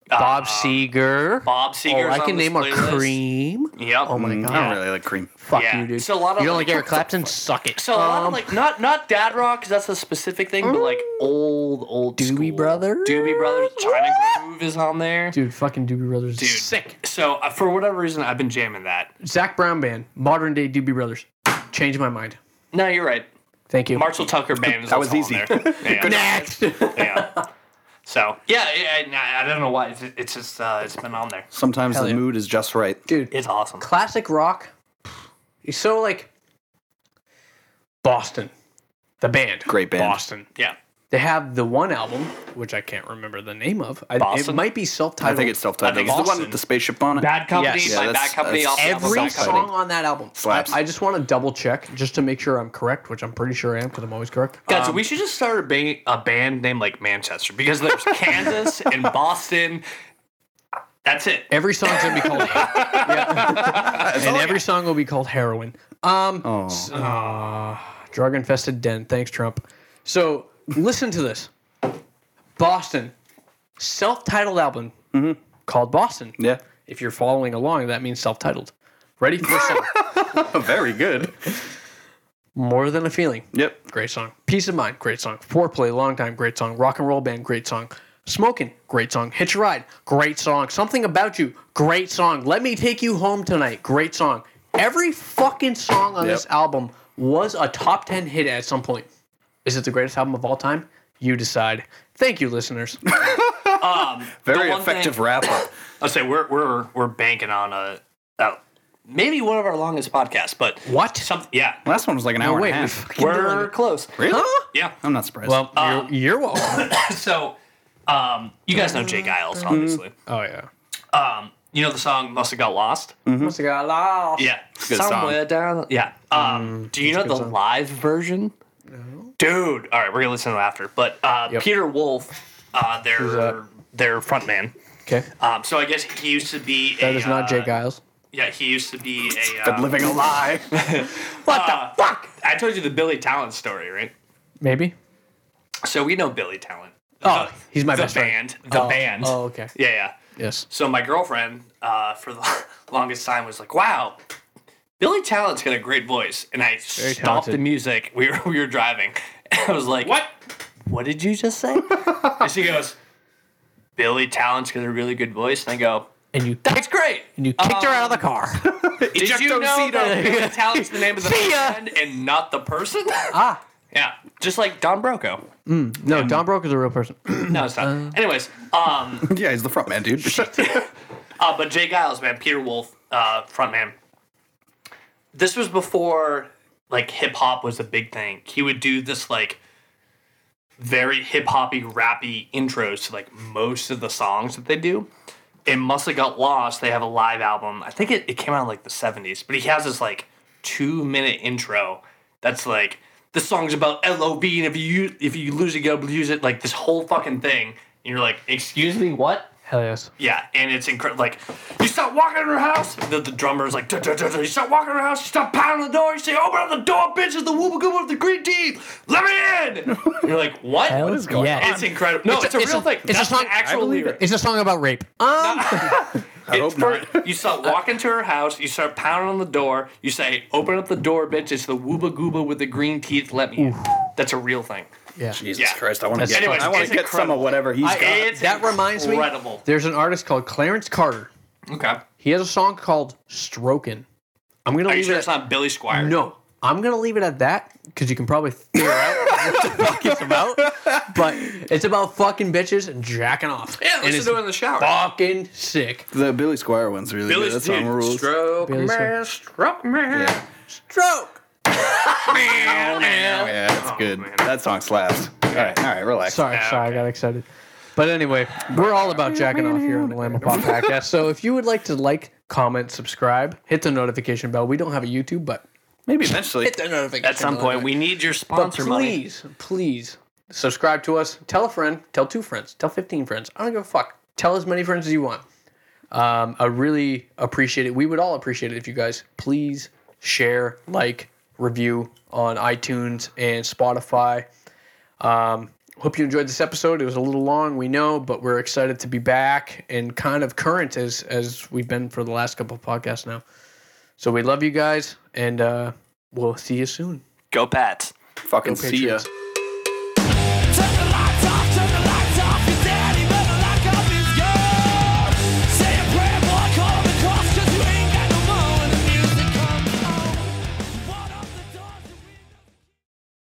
Bob
Uh,
Seger.
Bob
Oh,
Seger's
I can
on this
name a
playlist.
cream.
Yep.
Oh my
Mm, I
god.
don't really like cream.
Fuck
Yeah.
you, dude.
So a lot of
you don't
like-
like Eric Clapton? Suck it. Um,
So a lot of like Um, Mm. not not dad rock because that's a specific thing, but like old old
Doobie
school.
Brothers?
Doobie Brothers, China Groove is on there.
dude, fucking Doobie Brothers.
Dude.
Sick.
So uh, for whatever reason, I've been jamming that.
Zach Brown Band, modern day Doobie Brothers. Changed my mind.
No, you're right.
Thank you.
Marshall Tucker band
(laughs)
is
That was
also
easy.
On there. Yeah.
(laughs)
Next.
Yeah. So yeah, yeah, yeah, I don't know why it's, it's just uh, it's been on there.
Sometimes
Hell
the
yeah.
mood is just right.
dude,
It's awesome.
(laughs) classic rock. It's so like Boston. The band.
Great band.
Boston.
Yeah.
They have the one album, which I can't remember the name of. I, it
Boston?
might be self-titled.
I think it's self-titled.
I think
It's the
Boston.
one with the spaceship on it.
Bad Company,
Yes.
Yeah,
my
that's-
Bad Company
that's
off the
every
album, Bad Company.
song on that album.
Slaps.
I, I just want to double check just to make sure I'm correct, which I'm pretty sure I am because I'm always correct.
Guys,
Um,
we should just start a, ba- a band named like Manchester
(laughs)
because there's Kansas and Boston. That's it.
Every song's gonna be called, and every song will be called heroin. Um, s- ah, drug-infested den. Thanks, Trump. So listen to this, Boston, self-titled album called Boston.
(laughs)
Yeah.
If you're following along, that means self-titled. Ready for song?
Very good.
More than a feeling.
Yep.
great song. Peace of Mind, great song. Foreplay, long time, great song. Rock and Roll Band, great song. Smoking, great song. Hitch a Ride, great song. Something About You, great song. Let Me Take You Home Tonight, great song. Every fucking song on
Yep.
this album was a top 10 hit at some point. Is it the greatest album of all time? You decide. Thank
(laughs)
you, listeners.
Very
one
effective
thing-
wrap
(coughs)
up.
I say we're we're we're banking on a, a maybe one of our longest podcasts, but
What?
Some yeah,
Last one was like an hour
wait,
and a
we
half.
fucking doing
we're
it.
close.
Really?
Yeah.
I'm not surprised.
Well,
uh,
you're,
(laughs)
you're welcome.
So, um, you guys know Jay Giles, obviously.
oh, yeah.
Um, you know the song "Must Have Got Lost."
Must have got lost.
Mm-hmm. Yeah,
good song.
somewhere down. Yeah.
Mm,
Um, do you know the live version? No. Dude, all right, we're gonna listen to it after. But uh, Peter Wolf, uh, their
that?
their front man.
Okay.
Um, so I guess he used to be.
That
a,
is not Jay
uh,
Giles.
Yeah, he used to be a. Uh,
Been living a
(laughs)
lie. (laughs)
what the fuck? I told you the Billy Talent story, right?
Maybe.
So we know Billy Talent.
Oh, he's my
the
best friend.
band. The
Oh,
band.
Oh, okay.
Yeah, yeah.
Yes.
So my girlfriend, uh, for the (laughs) longest time, was like, "Wow, Billy Talent's got a great voice." And I stopped
talented.
the music. (laughs) We were we were driving. (laughs) And I was like, "What? What did you just
(laughs)
say?" and she goes, "Billy Talent's got a really good voice." And I go,
And you (laughs)
"That's great."
and you kicked her out of the car.
Did you know that
(laughs)
Billy Talent's the name of the
See ya.
band and not the person?
ah,
(laughs) yeah, just like Don Broco.
(laughs) no, Don Broke is a real person.
No, it's
Uh.
not. Anyways, um,
yeah, he's the front man, dude.
Uh, but Jay Giles, man, Peter Wolf, uh, frontman. This was before like hip hop was a big thing. He would do this like very hip hoppy, rappy intros to like most of the songs that they do. It must have got lost. They have a live album. I think it, it came out in like the seventies, but he has this like two minute intro that's like this song's about LOB and if you if you lose it, you gotta lose it, like this whole fucking thing. And you're like, excuse me, what?
Hell yes.
Yeah, and it's incredible. Like, you stop walking in her house. The, the drummer's like, duh, duh, duh, duh. you stop walking in her house. You stop pounding the door. You say, open up the door, bitch. It's the whoop gooba of the green tea. Let me (laughs) in. You're like, what? what is
going yeah.
It's incredible. No, it's, a, real thing. It's That's an actual lyric.
It's a song about rape. Um,
I hope not.
First, (laughs) you start walking to her house. You start pounding on the door. You say, "Open up the door, bitch! It's the wooba gooba with the green teeth. Let me." in. That's a real thing.
yeah.
Jesus
Yeah.
Christ, I want to
That's
get,
anyways,
(laughs) I wanna
it's
get some of
incredible.
whatever he's got.
It's
that reminds me.
incredible.
There's an artist called Clarence Carter.
Okay.
He has a song called "Strokin." I'm gonna
Are you
leave
sure
it.
it's not Billy Squire?
At, no, I'm gonna leave it at that because you can probably figure out
(laughs)
what the fuck it's about. But it's about fucking bitches and jacking off.
Yeah,
and
listen
it's
to it in the shower.
fucking sick.
The Billy Squire one's really
Billy,
good. That song
dude,
rules.
stroke
Billy
me,
Squire.
stroke me.
Yeah.
Stroke.
Oh, yeah, that's good. That song slaps. All right, all right, relax.
Oh, Sorry, sorry, I got excited. But anyway, we're all about jacking off here on the Lamb of Pop podcast. So if you would like to like, comment, subscribe, hit the notification bell. We don't have a YouTube, but
Maybe eventually.
hit the notification.
At some point, we need your
But
sponsor money.
please, please subscribe to us, tell a friend, tell two friends, tell 15 friends. I don't give a fuck. Tell as many friends as you want. Um, I really appreciate it. We would all appreciate it if you guys please share, like, review on iTunes and Spotify. Um, hope you enjoyed this episode. It was a little long, we know, but we're excited to be back and kind of current as as we've been for the last couple of podcasts now. So we love you guys, and uh, we'll see you soon.
Go Pats.
Fucking see ya.
Patriots.